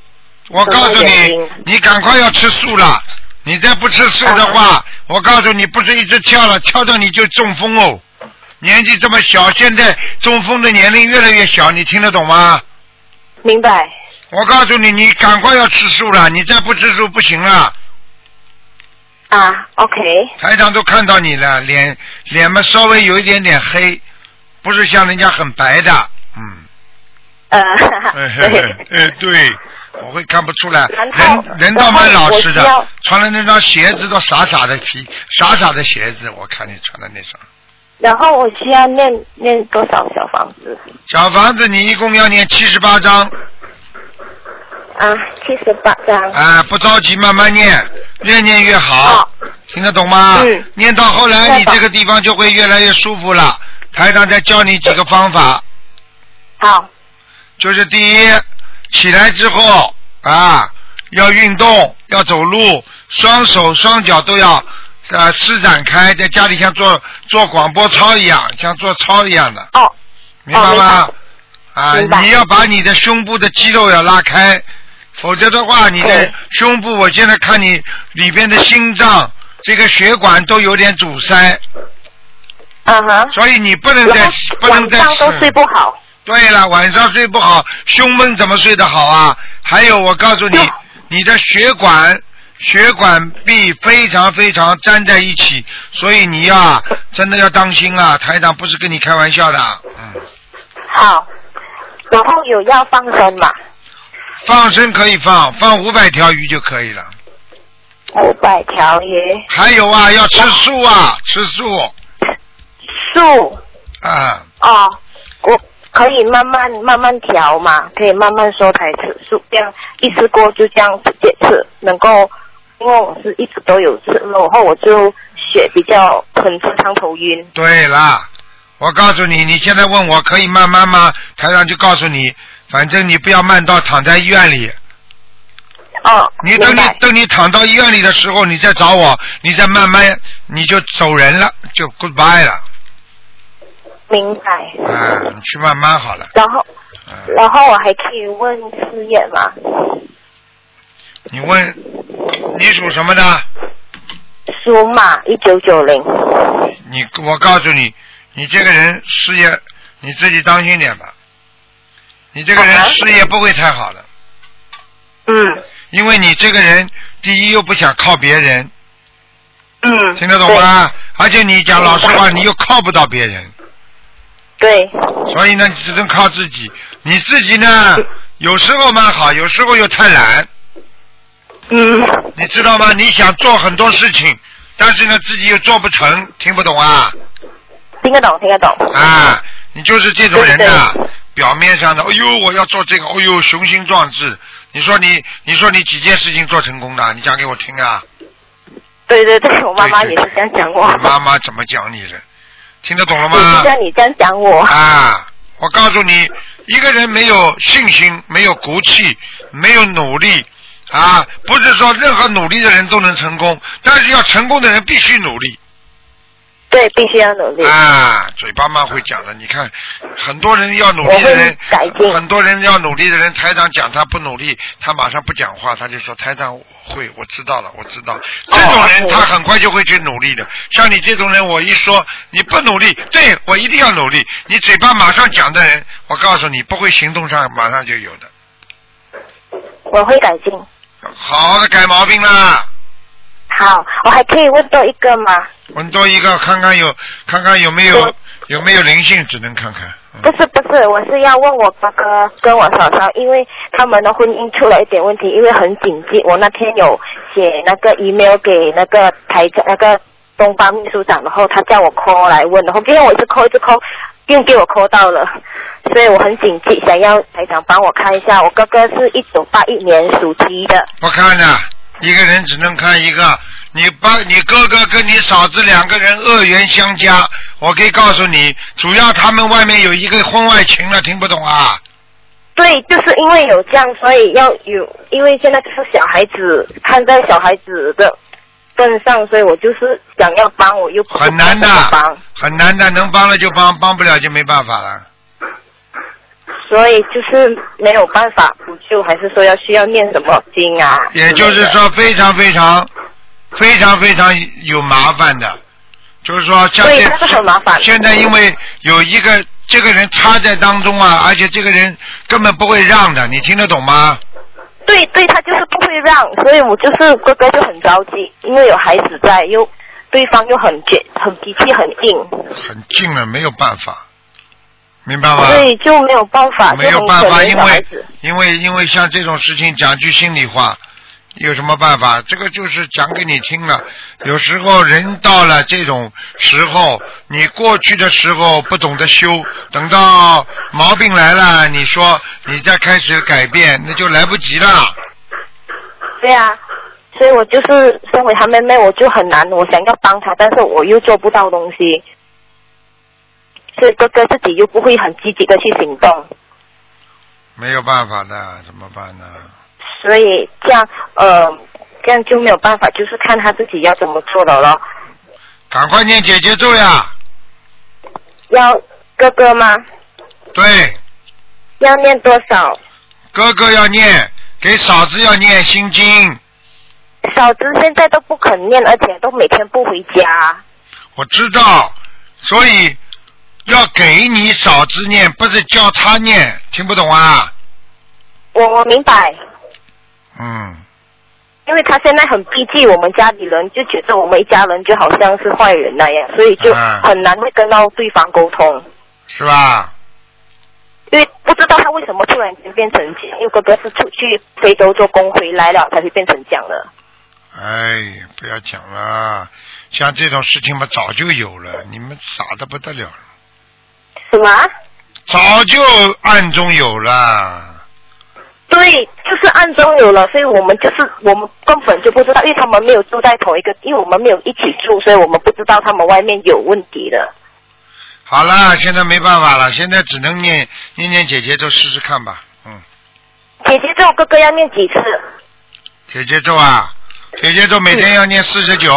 Speaker 1: 我告诉
Speaker 8: 什么原
Speaker 1: 你
Speaker 8: 因，
Speaker 1: 你赶快要吃素了。你再不吃素的
Speaker 8: 啊
Speaker 1: 话，我告诉你，不是一直跳了，跳到你就中风哦。年纪这么小，现在中风的年龄越来越小，你听得懂吗？
Speaker 8: 明白，
Speaker 1: 我告诉你，你赶快要吃素了，你再不吃素不行了。
Speaker 8: 啊，OK，
Speaker 1: 台长都看到你了，脸脸嘛稍微有一点点黑，不是像人家很白的，嗯，
Speaker 8: 呃，哈哈对，
Speaker 1: 呃，对，我会看不出来，
Speaker 8: 然后
Speaker 1: 人人倒蛮老实
Speaker 8: 然后我
Speaker 1: 的
Speaker 8: 需要，
Speaker 1: 穿了那双鞋子都傻傻的皮，傻傻的鞋子，我看你穿的那双。
Speaker 8: 然后我需要念念多少小房子？
Speaker 1: 小房子，你一共要念七十八章，
Speaker 8: 啊，七十八张。
Speaker 1: 啊、不着急，慢慢念，越念越好，
Speaker 8: 好
Speaker 1: 听得懂吗？
Speaker 8: 嗯
Speaker 1: 念到后来，你
Speaker 8: 知道
Speaker 1: 这个地方就会越来越舒服了。台长再教你几个方法，
Speaker 8: 好，
Speaker 1: 就是第一，起来之后啊，要运动，要走路，双手双脚都要呃施展开，在家里像做做广播操一样，像做操一样的，
Speaker 8: 哦，
Speaker 1: 明白吗？啊，
Speaker 8: 明白
Speaker 1: 你要把你的胸部的肌肉要拉开，否则的话，你的
Speaker 8: 对
Speaker 1: 胸部，我现在看你里边的心脏这个血管都有点阻塞，
Speaker 8: 嗯哼。
Speaker 1: 所以你不能
Speaker 8: 然
Speaker 1: 再不
Speaker 8: 后
Speaker 1: 能
Speaker 8: 晚
Speaker 1: 再
Speaker 8: 上都
Speaker 1: 吃
Speaker 8: 睡不好，
Speaker 1: 对了，晚上睡不好，胸闷怎么睡得好啊？还有，我告诉你，你的血管血管壁非常非常粘在一起，所以你呀、 真的要当心啊！台长不是跟你开玩笑的，嗯，
Speaker 8: 好，然后有要放生嘛？
Speaker 1: 放生可以放，放五百条鱼就可以了。
Speaker 8: 五百条鱼，
Speaker 1: 还有啊，要吃素啊，吃素
Speaker 8: 树。
Speaker 1: 啊，
Speaker 8: 哦，我可以慢慢慢慢调嘛，可以慢慢说台吃，就这样一次过就这样直接吃，能够因为我是一直都有吃，然后我就血比较很经常头晕。
Speaker 1: 对啦，我告诉你，你现在问我可以慢慢吗？台长就告诉你，反正你不要慢到躺在医院里。
Speaker 8: 哦，
Speaker 1: 你等
Speaker 8: 明
Speaker 1: 你
Speaker 8: 白。
Speaker 1: 等你躺到医院里的时候，你再找我，你再慢慢你就走人了，就 goodbye 了，
Speaker 8: 明白。
Speaker 1: 啊，你去慢慢好了，
Speaker 8: 然后，
Speaker 1: 啊，
Speaker 8: 然后我还可以问事业嘛，
Speaker 1: 你问你属什么的？
Speaker 8: 属马一九九零，
Speaker 1: 你我告诉你，你这个人事业你自己当心点吧，你这个人
Speaker 8: 好的
Speaker 1: 事业不会太好的，
Speaker 8: 嗯
Speaker 1: 因为你这个人第一又不想靠别人，
Speaker 8: 嗯，
Speaker 1: 听得懂吗？而且你讲老实话，你又靠不到别人，
Speaker 8: 对，
Speaker 1: 所以呢，你只能靠自己。你自己呢，有时候蛮好，有时候又太懒，
Speaker 8: 嗯，
Speaker 1: 你知道吗？你想做很多事情，但是呢，自己又做不成，听不懂啊？
Speaker 8: 听得懂，听得懂。
Speaker 1: 啊，你就是这种人呐、
Speaker 8: 对
Speaker 1: 表面上的，哎呦，我要做这个，哎呦，雄心壮志。你说你，你说你几件事情做成功的？你讲给我听啊！
Speaker 8: 对对对，我妈妈
Speaker 1: 对
Speaker 8: 也
Speaker 1: 对
Speaker 8: 是这样讲我，
Speaker 1: 你妈妈怎么讲你的？听得懂了吗？
Speaker 8: 也是像你这样讲我。
Speaker 1: 啊，我告诉你，一个人没有信心、没有骨气、没有努力，啊，不是说任何努力的人都能成功，但是要成功的人必须努力
Speaker 8: 对，必须要努力。
Speaker 1: 啊。嘴巴蛮会讲的，你看，很多人要努力的人
Speaker 8: 我会改，进
Speaker 1: 很多人要努力的人，台长讲他不努力，他马上不讲话，他就说台长我会，我知道了，我知道。
Speaker 8: 哦
Speaker 1: 这种人
Speaker 8: ，OK
Speaker 1: 他很快就会去努力的。像你这种人，我一说你不努力，对我一定要努力。你嘴巴马上讲的人，我告诉你，不会行动上马上就有的。
Speaker 8: 我会改进。
Speaker 1: 好好的改毛病啦。
Speaker 8: 好，我还可以问多一个吗？
Speaker 1: 我们多一个看看有看看有没有
Speaker 8: 我
Speaker 1: 有没有灵性，只能看看。嗯
Speaker 8: 不是不是，我是要问我哥哥跟我嫂嫂，因为他们的婚姻出了一点问题，因为很紧急。我那天有写那个 email 给那个台长那个东方秘书长，然后他叫我 call 来问，然后因为我一直 call 一直 call，又给我 call 到了，所以我很紧急，想要台长帮我看一下。我哥哥是一九八一年属鸡的，
Speaker 1: 不看的，一个人只能看一个。你爸、你哥哥跟你嫂子两个人恶缘相加，我可以告诉你，主要他们外面有一个婚外情了，听不懂啊？
Speaker 8: 对，就是因为有这样，所以要有，因为现在就是小孩子看在小孩子的份上，所以我就是想要帮，我又不
Speaker 1: 很难的
Speaker 8: 不想帮，，
Speaker 1: 很难的，能帮了就帮，帮不了就没办法了。
Speaker 8: 所以就是没有办法补救，还是说要需要念什么经啊？
Speaker 1: 也就是，说，非常非常、非常非常有麻烦的，就是说像
Speaker 8: 对
Speaker 1: 现
Speaker 8: 那是很麻烦
Speaker 1: 现在因为有一个这个人插在当中啊，而且这个人根本不会让的，你听得懂吗？
Speaker 8: 对对，他就是不会让，所以我就是哥哥就很着急，因为有孩子在，又对方又很倔，很脾气很硬，
Speaker 1: 很近了，没有办法，明白吗？
Speaker 8: 所以就没有办法，
Speaker 1: 没有
Speaker 8: 就
Speaker 1: 办
Speaker 8: 很可
Speaker 1: 法，
Speaker 8: 怜
Speaker 1: 因
Speaker 8: 小孩
Speaker 1: 为
Speaker 8: 子。
Speaker 1: 因为因为像这种事情，讲句心里话，有什么办法？这个就是讲给你听了。有时候人到了这种时候，你过去的时候不懂得修，等到毛病来了，你说你再开始改变，那就来不及了。
Speaker 8: 对啊，所以我就是身为他妹妹，我就很难，我想要帮他，但是我又做不到东西，所以哥哥自己又不会很积极的去行动，
Speaker 1: 没有办法的，怎么办呢？
Speaker 8: 所以这样呃，这样就没有办法，就是看他自己要怎么做的了。
Speaker 1: 赶快念姐姐咒呀！
Speaker 8: 要哥哥吗？
Speaker 1: 对，
Speaker 8: 要念多少？
Speaker 1: 哥哥要念，给嫂子要念心经。
Speaker 8: 嫂子现在都不肯念，而且都每天不回家。
Speaker 1: 我知道，所以要给你嫂子念，不是教她念，听不懂啊？
Speaker 8: 我我明白，
Speaker 1: 嗯，
Speaker 8: 因为他现在很避忌我们家里人，就觉得我们一家人就好像是坏人那样，所以就
Speaker 1: 啊
Speaker 8: 很难会跟到对方沟通。
Speaker 1: 是吧？
Speaker 8: 因为不知道他为什么突然间变成这样，因为哥哥是出去非洲做工回来了才会变成这样的。
Speaker 1: 哎，不要讲了，像这种事情嘛，早就有了，你们傻的不得了，
Speaker 8: 什么？
Speaker 1: 早就暗中有了。
Speaker 8: 对，就是暗中有了，所以我们就是我们根本就不知道，因为他们没有住在同一个，因为我们没有一起住，所以我们不知道他们外面有问题的。
Speaker 1: 好啦，现在没办法了，现在只能念念念姐姐咒试试看吧。嗯，
Speaker 8: 姐姐咒哥哥要念几次？
Speaker 1: 姐姐咒啊，姐姐咒每天要念四十九，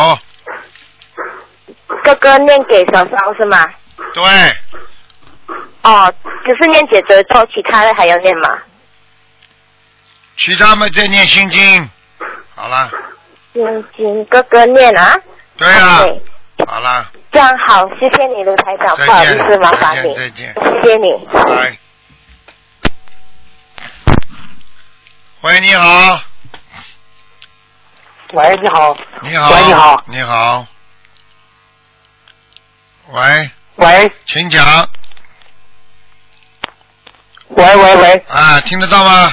Speaker 8: 哥哥念给嫂嫂是吗？
Speaker 1: 对，
Speaker 8: 哦，只是念姐姐咒，其他的还要念吗？
Speaker 1: 其他们再念心经。好了，
Speaker 8: 念经，哥哥念啊。
Speaker 1: 对了。
Speaker 8: OK，
Speaker 1: 好了，
Speaker 8: 这样好，谢谢你卢台长，
Speaker 1: 再
Speaker 8: 不好意
Speaker 1: 见
Speaker 8: 思麻烦你，
Speaker 1: 再见
Speaker 8: 谢谢你。
Speaker 1: 拜拜。喂，你好，
Speaker 9: 喂，你好。
Speaker 1: 你好，
Speaker 9: 喂，你好。
Speaker 1: 你好。喂，
Speaker 9: 喂，
Speaker 1: 请讲。
Speaker 8: 喂喂喂
Speaker 1: 啊，听得到吗？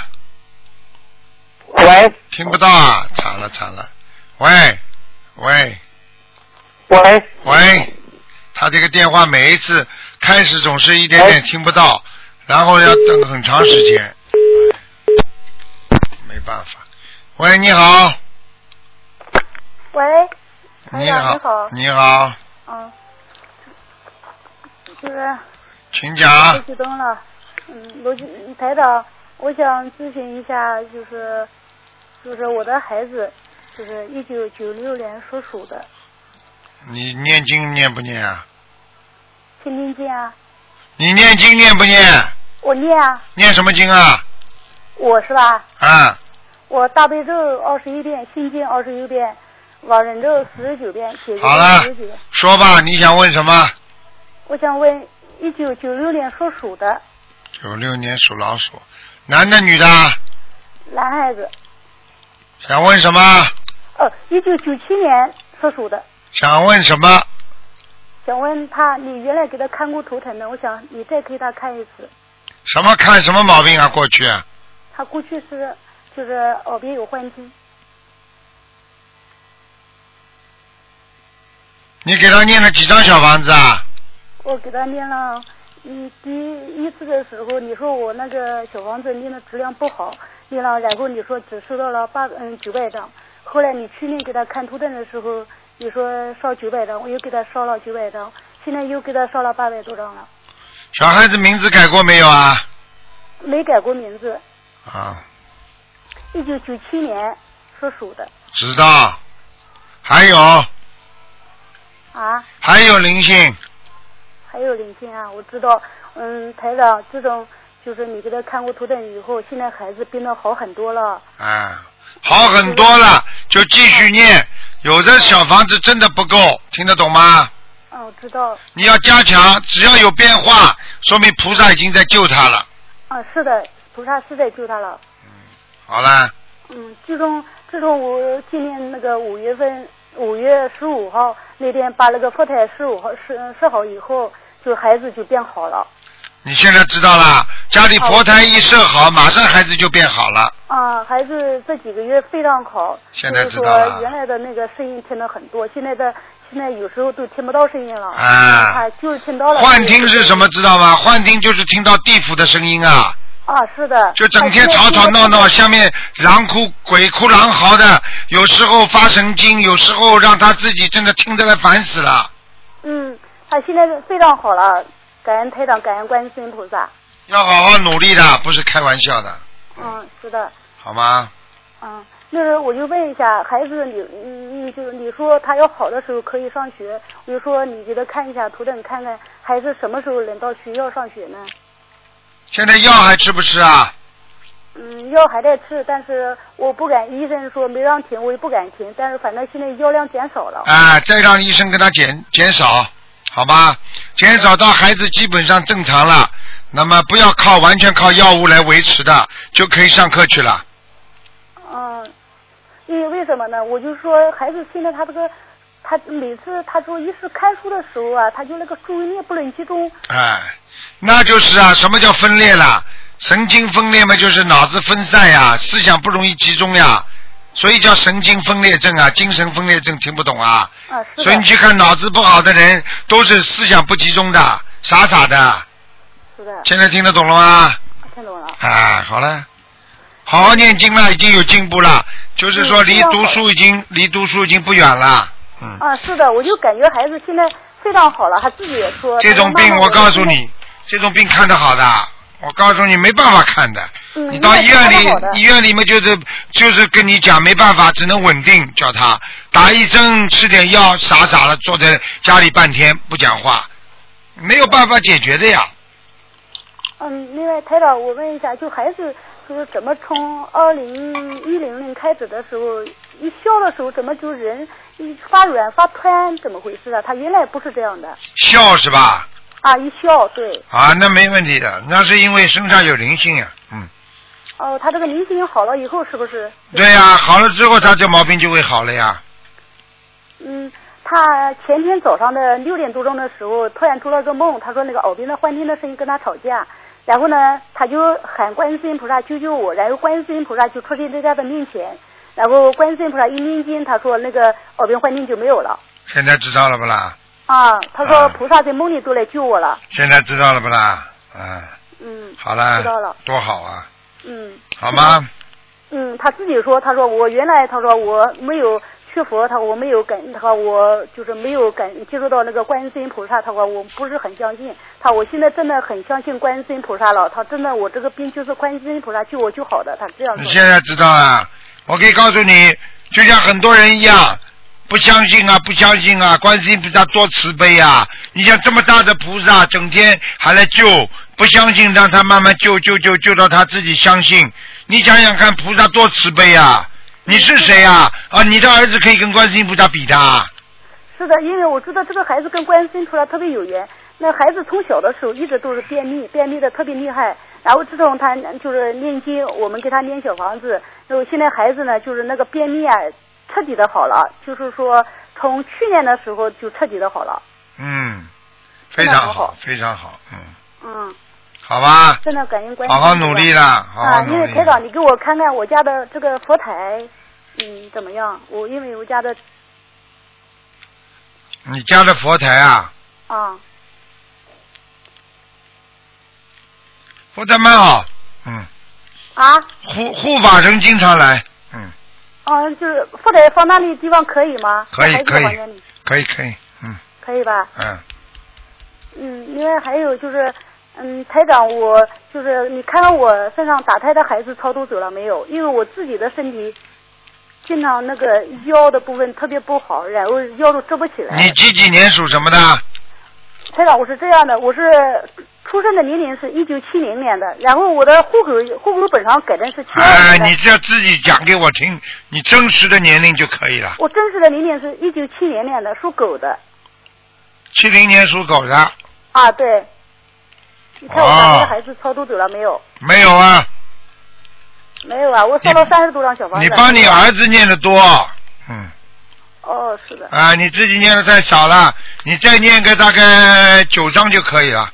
Speaker 8: 喂
Speaker 1: 听不到啊，惨了惨了，喂喂
Speaker 8: 喂，
Speaker 1: 喂，他这个电话每一次开始总是一点点听不到，然后要等很长时间，没办法。喂，你好，
Speaker 9: 喂，台
Speaker 1: 你
Speaker 9: 长
Speaker 1: 好，你好，
Speaker 9: 嗯，就是
Speaker 1: 啊请讲
Speaker 9: 太。激动了，嗯，罗军台长，我想咨询一下，就是就是我的孩子，就是一九九六年所属的，
Speaker 1: 你念经念不念啊？
Speaker 9: 天天见啊，
Speaker 1: 你念经念不念？
Speaker 9: 我念啊，
Speaker 1: 念什么经啊？
Speaker 9: 我是吧？
Speaker 1: 啊，
Speaker 9: 我大悲咒二十一遍，心经二十六遍，往人咒四十九遍，解决
Speaker 1: 好了
Speaker 9: 四十九遍。
Speaker 1: 说吧，你想问什么？
Speaker 9: 我想问，一九九六年所属的
Speaker 1: 九六年属老鼠，男的女的？啊
Speaker 9: 男孩子，
Speaker 1: 想问什么？
Speaker 9: 哦，一九九七年所属的，
Speaker 1: 想问什么？
Speaker 9: 想问他，你原来给他看过头疼的，我想你再给他看一次。
Speaker 1: 什么看什么毛病啊？过去啊
Speaker 9: 他过去是就是耳边有幻听，
Speaker 1: 你给他念了几张小房子啊？
Speaker 9: 我给他念了，嗯，第一次的时候你说我那个小房子念的质量不好，念了，然后你说只收到了八嗯九百张，后来你去年给他看图腾的时候，你说烧九百张，我又给他烧了九百张，现在又给他烧了八百多张了，
Speaker 1: 小孩子名字改过没有啊？
Speaker 9: 没改过名字，
Speaker 1: 啊，
Speaker 9: 一九九七年属鼠的
Speaker 1: 知道。还有
Speaker 9: 啊。
Speaker 1: 还有灵性，
Speaker 9: 还有灵性啊，我知道，嗯，台长，这种就是你给他看过图腾以后，现在孩子变得好很多了。
Speaker 1: 啊，好很多了，就继续念。有的小房子真的不够，听得懂吗？
Speaker 9: 嗯，我知道，
Speaker 1: 你要加强，只要有变化，说明菩萨已经在救他了。
Speaker 9: 嗯，是的，菩萨是在救他了。
Speaker 1: 好了，
Speaker 9: 嗯，自从自从我今年那个五月份，五月十五号那天把那个佛台十五号设设好以后，就孩子就变好了。
Speaker 1: 你现在知道了，家里佛台一设好，马上孩子就变好了。
Speaker 9: 啊，孩子这几个月非常好，
Speaker 1: 现在
Speaker 9: 就是
Speaker 1: 知道了
Speaker 9: 说原来的那个声音听了很多，现在的现在有时候都听不到声音了。
Speaker 1: 啊
Speaker 9: 他就是听到了。
Speaker 1: 幻听是什么？知道吗？幻听就是听到地府的声音啊。
Speaker 9: 啊，是的。
Speaker 1: 就整天吵吵闹闹，
Speaker 9: 他现
Speaker 1: 下面狼哭鬼哭狼嚎的，有时候发神经，有时候让他自己真的听着来烦死了。
Speaker 9: 在。嗯，他现在非常好了，感恩台长，感恩观世音菩萨。
Speaker 1: 要好好努力的，不是开玩笑的，
Speaker 9: 嗯，是的，
Speaker 1: 好吗？
Speaker 9: 嗯，那时候我就问一下，孩子你，你你就你说他要好的时候可以上学，我就说你给他看一下图腾，看看孩子什么时候能到学校上学呢？
Speaker 1: 现在药还吃不吃啊？
Speaker 9: 嗯，药还在吃，但是我不敢，医生说没让停，我也不敢停，但是反正现在药量减少了。
Speaker 1: 啊，再让医生跟他减减少，好吧？减少到孩子基本上正常了，那么不要靠完全靠药物来维持的，就可以上课去了。啊
Speaker 9: 嗯，因为为什么呢？我就说孩子现在他这个，他每次他说一是看书的时候啊，他就那个注意力不能集中。
Speaker 1: 哎，那就是啊，什么叫分裂啦？神经分裂嘛，就是脑子分散呀、思想不容易集中呀、所以叫神经分裂症啊，精神分裂症，听不懂啊？
Speaker 9: 啊，是
Speaker 1: 所以
Speaker 9: 的
Speaker 1: 你，去看脑子不好的人，都是思想不集中的，傻傻的。
Speaker 9: 是的，
Speaker 1: 现在听得懂了吗？
Speaker 9: 听懂了。
Speaker 1: 啊，好了，好好念经了，已经有进步了，就是说
Speaker 9: 嗯
Speaker 1: 离
Speaker 9: 这样
Speaker 1: 读
Speaker 9: 好
Speaker 1: 书已经离读书已经不远了。嗯，
Speaker 9: 啊，是的，我就感觉孩子现在非常好了，他自己也说。
Speaker 1: 这种
Speaker 9: 他说
Speaker 1: 病
Speaker 9: 妈妈
Speaker 1: 我告诉
Speaker 9: 现在
Speaker 1: 你，这种病看得好的，我告诉你没办法看的。
Speaker 9: 嗯
Speaker 1: 你到医院
Speaker 9: 那个看得好的
Speaker 1: 里，医院里面就是就是跟你讲没办法，只能稳定，叫他打一针，吃点药，傻傻的坐在家里半天不讲话，没有办法解决的呀。
Speaker 9: 嗯，另外台长，我问一下，就孩子就是怎么从二零一零年开始的时候，一笑的时候怎么就人一发软发瘫，怎么回事啊？他原来不是这样的
Speaker 1: 笑是吧？
Speaker 9: 啊，一笑对，
Speaker 1: 啊，那没问题的，那是因为身上有灵性啊。嗯，
Speaker 9: 哦、他这个灵性好了以后是不是？
Speaker 1: 对呀、好了之后他这毛病就会好了呀。
Speaker 9: 嗯，他前天早上的六点多钟的时候，突然做了个梦，他说那个耳边的幻听的声音跟他吵架，然后呢，他就喊观世音菩萨救救我，然后观世音菩萨就出现在他的面前，然后观世音菩萨一念经，他说那个耳病幻听就没有了
Speaker 1: 现在知道了不啦？
Speaker 9: 啊，他说
Speaker 1: 啊
Speaker 9: 菩萨在梦里都来救我了，
Speaker 1: 现在知道了不啦？啊，
Speaker 9: 嗯，
Speaker 1: 好啦，
Speaker 9: 知道了，
Speaker 1: 多好啊，
Speaker 9: 嗯，
Speaker 1: 好吗？
Speaker 9: 嗯，他自己说，他说我原来他说我没有学佛，他说我没有感，他说我就是没有感接触到那个观世音菩萨，他说我不是很相信，他说我现在真的很相信观世音菩萨了，他真的我这个病就是观世音菩萨救我就好的，他这样
Speaker 1: 你
Speaker 9: 说。
Speaker 1: 现在知道了，我可以告诉你，就像很多人一样，不相信啊，不相信啊，观世音菩萨多慈悲啊！你像这么大的菩萨，整天还来救，不相信，让他慢慢救，救救救到他自己相信。你想想看，菩萨多慈悲啊！你是谁啊？啊，你的儿子可以跟观世音菩萨比的啊。
Speaker 9: 是的，因为我知道这个孩子跟观世音菩萨特别有缘。那孩子从小的时候一直都是便秘，便秘的特别厉害。然后自从他就是念经，我们给他念小房子，然后现在孩子呢，就是那个便秘啊，彻底的好了，就是说从去年的时候就彻底的好了。
Speaker 1: 嗯，非
Speaker 9: 那
Speaker 1: 常
Speaker 9: 很
Speaker 1: 好
Speaker 9: 好，
Speaker 1: 非常好，嗯，
Speaker 9: 嗯，
Speaker 1: 好吧，
Speaker 9: 真的感恩观世音菩萨。
Speaker 1: 好好努力啦，好好
Speaker 9: 啊，因
Speaker 1: 努
Speaker 9: 为
Speaker 1: 力。
Speaker 9: 台长，你给我看看我家的这个佛台，嗯，怎么样？我因为我家的
Speaker 1: 你家的佛台啊，
Speaker 9: 啊，
Speaker 1: 佛台蛮好，嗯，
Speaker 9: 啊，
Speaker 1: 护护法神经常来，嗯，
Speaker 9: 啊，就是佛台放那里地方可以吗？
Speaker 1: 可以
Speaker 9: 在孩子
Speaker 1: 可以
Speaker 9: 房间里
Speaker 1: 可以可以，嗯
Speaker 9: 可以吧？
Speaker 1: 嗯，
Speaker 9: 嗯，另外还有就是，嗯，台长，我就是你看看我身上打胎的孩子超度走了没有？因为我自己的身体经常那个腰的部分特别不好，然后腰都支不起来。
Speaker 1: 你几几年属什么的？
Speaker 9: 台长，我是这样的，我是出生的年龄是一九七零年的，然后我的户口户口本上改成是七啊二
Speaker 1: 哎，
Speaker 9: 年的。
Speaker 1: 你这自己讲给我听，你真实的年龄就可以了。
Speaker 9: 我真实的年龄是一九七零年的，属狗的
Speaker 1: 七零年属狗的
Speaker 9: 啊，对。你看我
Speaker 1: 哦
Speaker 9: 打胎的孩子超度走了没有？
Speaker 1: 没有啊？
Speaker 9: 没有啊，我烧了三十多张小房子。
Speaker 1: 你帮你儿子念的多，嗯
Speaker 9: 哦，是的。
Speaker 1: 啊，你自己念的太少了，你再念个大概九章就可以了。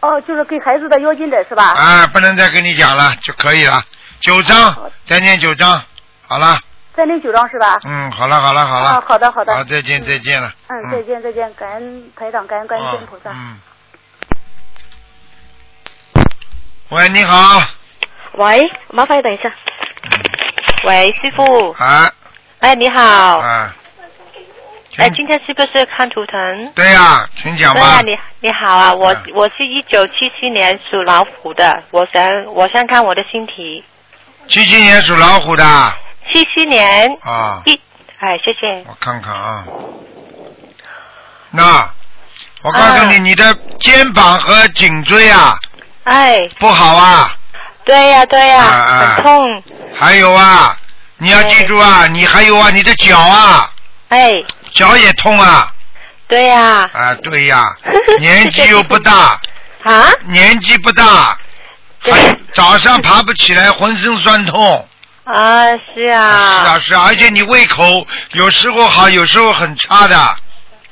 Speaker 9: 哦，就是给孩子的腰间枕是吧？
Speaker 1: 啊，不能再跟你讲了，就可以了。九章，再念九章，好了，
Speaker 9: 三零九张是吧？
Speaker 1: 嗯，好了，好了，好了。
Speaker 9: 啊，好的好的。
Speaker 1: 好，再见，再见了。
Speaker 9: 嗯，再见再见，感恩台长，感恩观世音菩萨。
Speaker 1: 嗯。喂，你好。
Speaker 10: 喂，麻烦你等一下。喂，师傅，
Speaker 1: 啊
Speaker 10: 哎，你好，
Speaker 1: 啊，
Speaker 10: 哎，今天是不是看图腾？
Speaker 1: 对呀、请讲
Speaker 10: 对呀、
Speaker 1: 吧。
Speaker 10: 你你好啊，我、我是一九七七年属老虎的，我想我想看我的身体。
Speaker 1: 七七年属老虎的
Speaker 10: 七七年，
Speaker 1: 啊，
Speaker 10: 一，哎，谢谢。
Speaker 1: 我看看啊。那我告诉你，
Speaker 10: 啊
Speaker 1: 你的肩膀和颈椎啊
Speaker 10: 哎，
Speaker 1: 不好啊，
Speaker 10: 对呀、对呀、
Speaker 1: 啊啊
Speaker 10: 很痛。
Speaker 1: 还有啊，你要记住啊，你还有啊，你的脚啊，
Speaker 10: 哎，
Speaker 1: 脚也痛啊。
Speaker 10: 对呀、啊。
Speaker 1: 啊，对呀、 年纪又不大，年纪不大，还早上爬不起来，浑身酸痛。
Speaker 10: 啊，
Speaker 1: 是
Speaker 10: 是啊。
Speaker 1: 啊，是啊，而且你胃口有时候好，有时候很差的。
Speaker 10: 啊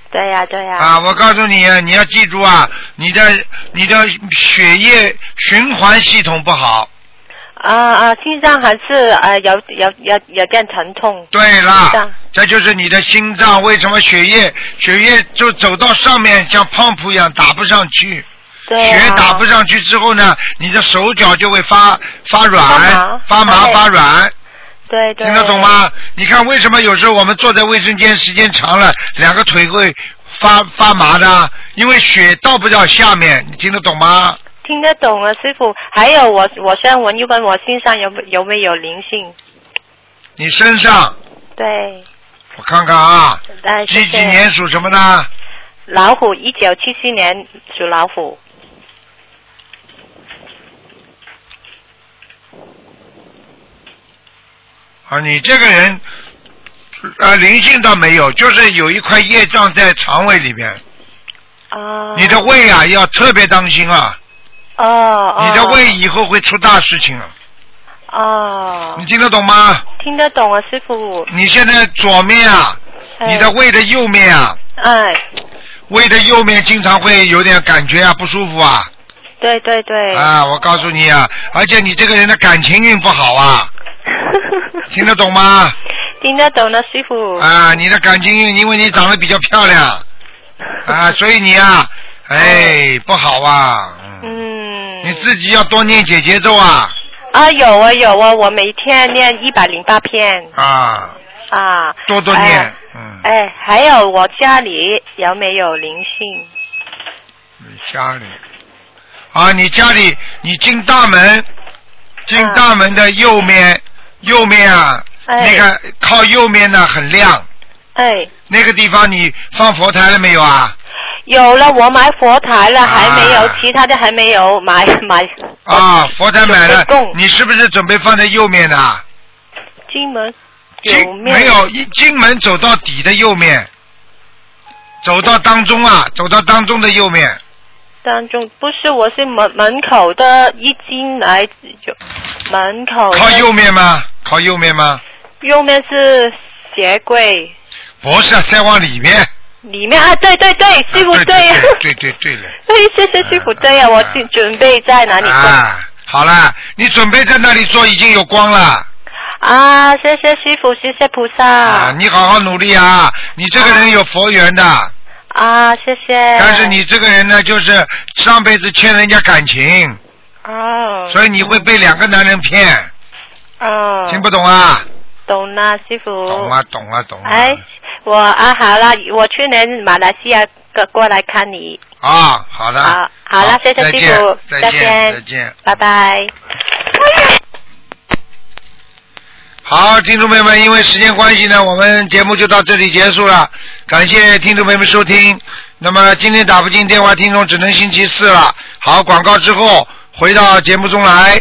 Speaker 10: 对呀、对呀、
Speaker 1: 啊，我告诉你，你要记住啊，你的你的血液循环系统不好。
Speaker 10: 啊啊，心脏还是呃有有有有点疼痛。
Speaker 1: 对啦
Speaker 10: 心脏，
Speaker 1: 这就是你的心脏为什么血液血液就走到上面像胖脯一样打不上去。
Speaker 10: 对、啊。
Speaker 1: 血打不上去之后呢，你的手脚就会发发软、
Speaker 10: 发麻
Speaker 1: 发麻、
Speaker 10: 哎
Speaker 1: 发软，
Speaker 10: 对对。
Speaker 1: 听得懂？吗？你看为什么有时候我们坐在卫生间时间长了，两个腿会发发麻的？因为血到不到下面，你听得懂吗？
Speaker 10: 听得懂啊，师傅。还有我，我想问一问我身上有有没有灵性？
Speaker 1: 你身上，
Speaker 10: 对，
Speaker 1: 我看看啊，
Speaker 10: 哎，谢
Speaker 1: 几
Speaker 10: 谢
Speaker 1: 几年属什么呢？
Speaker 10: 老虎，一九七七年属老虎。
Speaker 1: 啊，你这个人，呃，灵性倒没有，就是有一块业障在肠胃里边，
Speaker 10: 哦。
Speaker 1: 你的胃啊要特别当心啊，
Speaker 10: 哦哦。
Speaker 1: 你的胃以后会出大事情啊。
Speaker 10: 哦
Speaker 1: 你，听得懂吗？
Speaker 10: 听得懂啊，师傅。
Speaker 1: 你现在左面啊，
Speaker 10: 哎
Speaker 1: 你的胃的右面啊，
Speaker 10: 哎，
Speaker 1: 胃的右面经常会有点感觉啊，不舒服啊。
Speaker 10: 对对对，
Speaker 1: 啊，我告诉你啊，而且你这个人的感情运不好啊，听得懂吗？
Speaker 10: 听得懂了，师傅。
Speaker 1: 啊，你的感情运，因为你长得比较漂亮， 啊，所以你啊，
Speaker 10: 嗯
Speaker 1: 哎，不好啊，嗯，你自己要多念姐姐咒啊，
Speaker 10: 啊，有啊有啊，我每天念一百零八篇
Speaker 1: 啊，
Speaker 10: 啊。
Speaker 1: 多多念，嗯
Speaker 10: 哎。哎，还有我家里有没有灵性？
Speaker 1: 你家里，啊，你家里，你进大门，进大门的右面，右面啊，
Speaker 10: 嗯哎
Speaker 1: 那个靠右面呢很亮，
Speaker 10: 哎，
Speaker 1: 那个地方你放佛台了没有啊？
Speaker 10: 有了，我买佛台了，还没有，其他的还没有买 买。
Speaker 1: 啊，佛台买了，你是不是准备放在右面的？
Speaker 10: 金门有
Speaker 1: 进
Speaker 10: 面
Speaker 1: 没有一进门走到底的右面，走到当中啊，走到当中的右面
Speaker 10: 当中，不是，我是门门口的一进来就门口的
Speaker 1: 靠右面吗？靠右面吗？
Speaker 10: 右面是鞋柜
Speaker 1: 不是，再往里面。
Speaker 10: 里面啊，对对对，师傅对呀，
Speaker 1: 对对对了。
Speaker 10: 对， 谢谢师傅对呀，我准准备在哪里做
Speaker 1: 啊，好了，你准备在那里做已经有光了
Speaker 10: 啊？谢谢师傅，谢谢菩
Speaker 1: 啊！
Speaker 10: 萨
Speaker 1: 你好好努力啊！你这个人有佛缘的，
Speaker 10: 啊，谢谢。
Speaker 1: 但是你这个人呢，就是上辈子欠人家感情，
Speaker 10: 哦
Speaker 1: 所以你会被两个男人骗，
Speaker 10: 哦，
Speaker 1: 听不懂啊？
Speaker 10: 懂了，师傅。
Speaker 1: 懂啊，懂啊，懂啊！
Speaker 10: 嗯哎，我啊好了，我去年马来西亚过过来看你，
Speaker 1: 啊，好的，
Speaker 10: 好，好了，谢谢
Speaker 1: 再
Speaker 10: 师傅
Speaker 1: 见，，再见，再见。
Speaker 10: 拜拜。
Speaker 1: 好，听众朋友们，因为时间关系呢，我们节目就到这里结束了。感谢听众朋友们收听。那么今天打不进电话，听众只能星期四了。好，广告之后回到节目中来。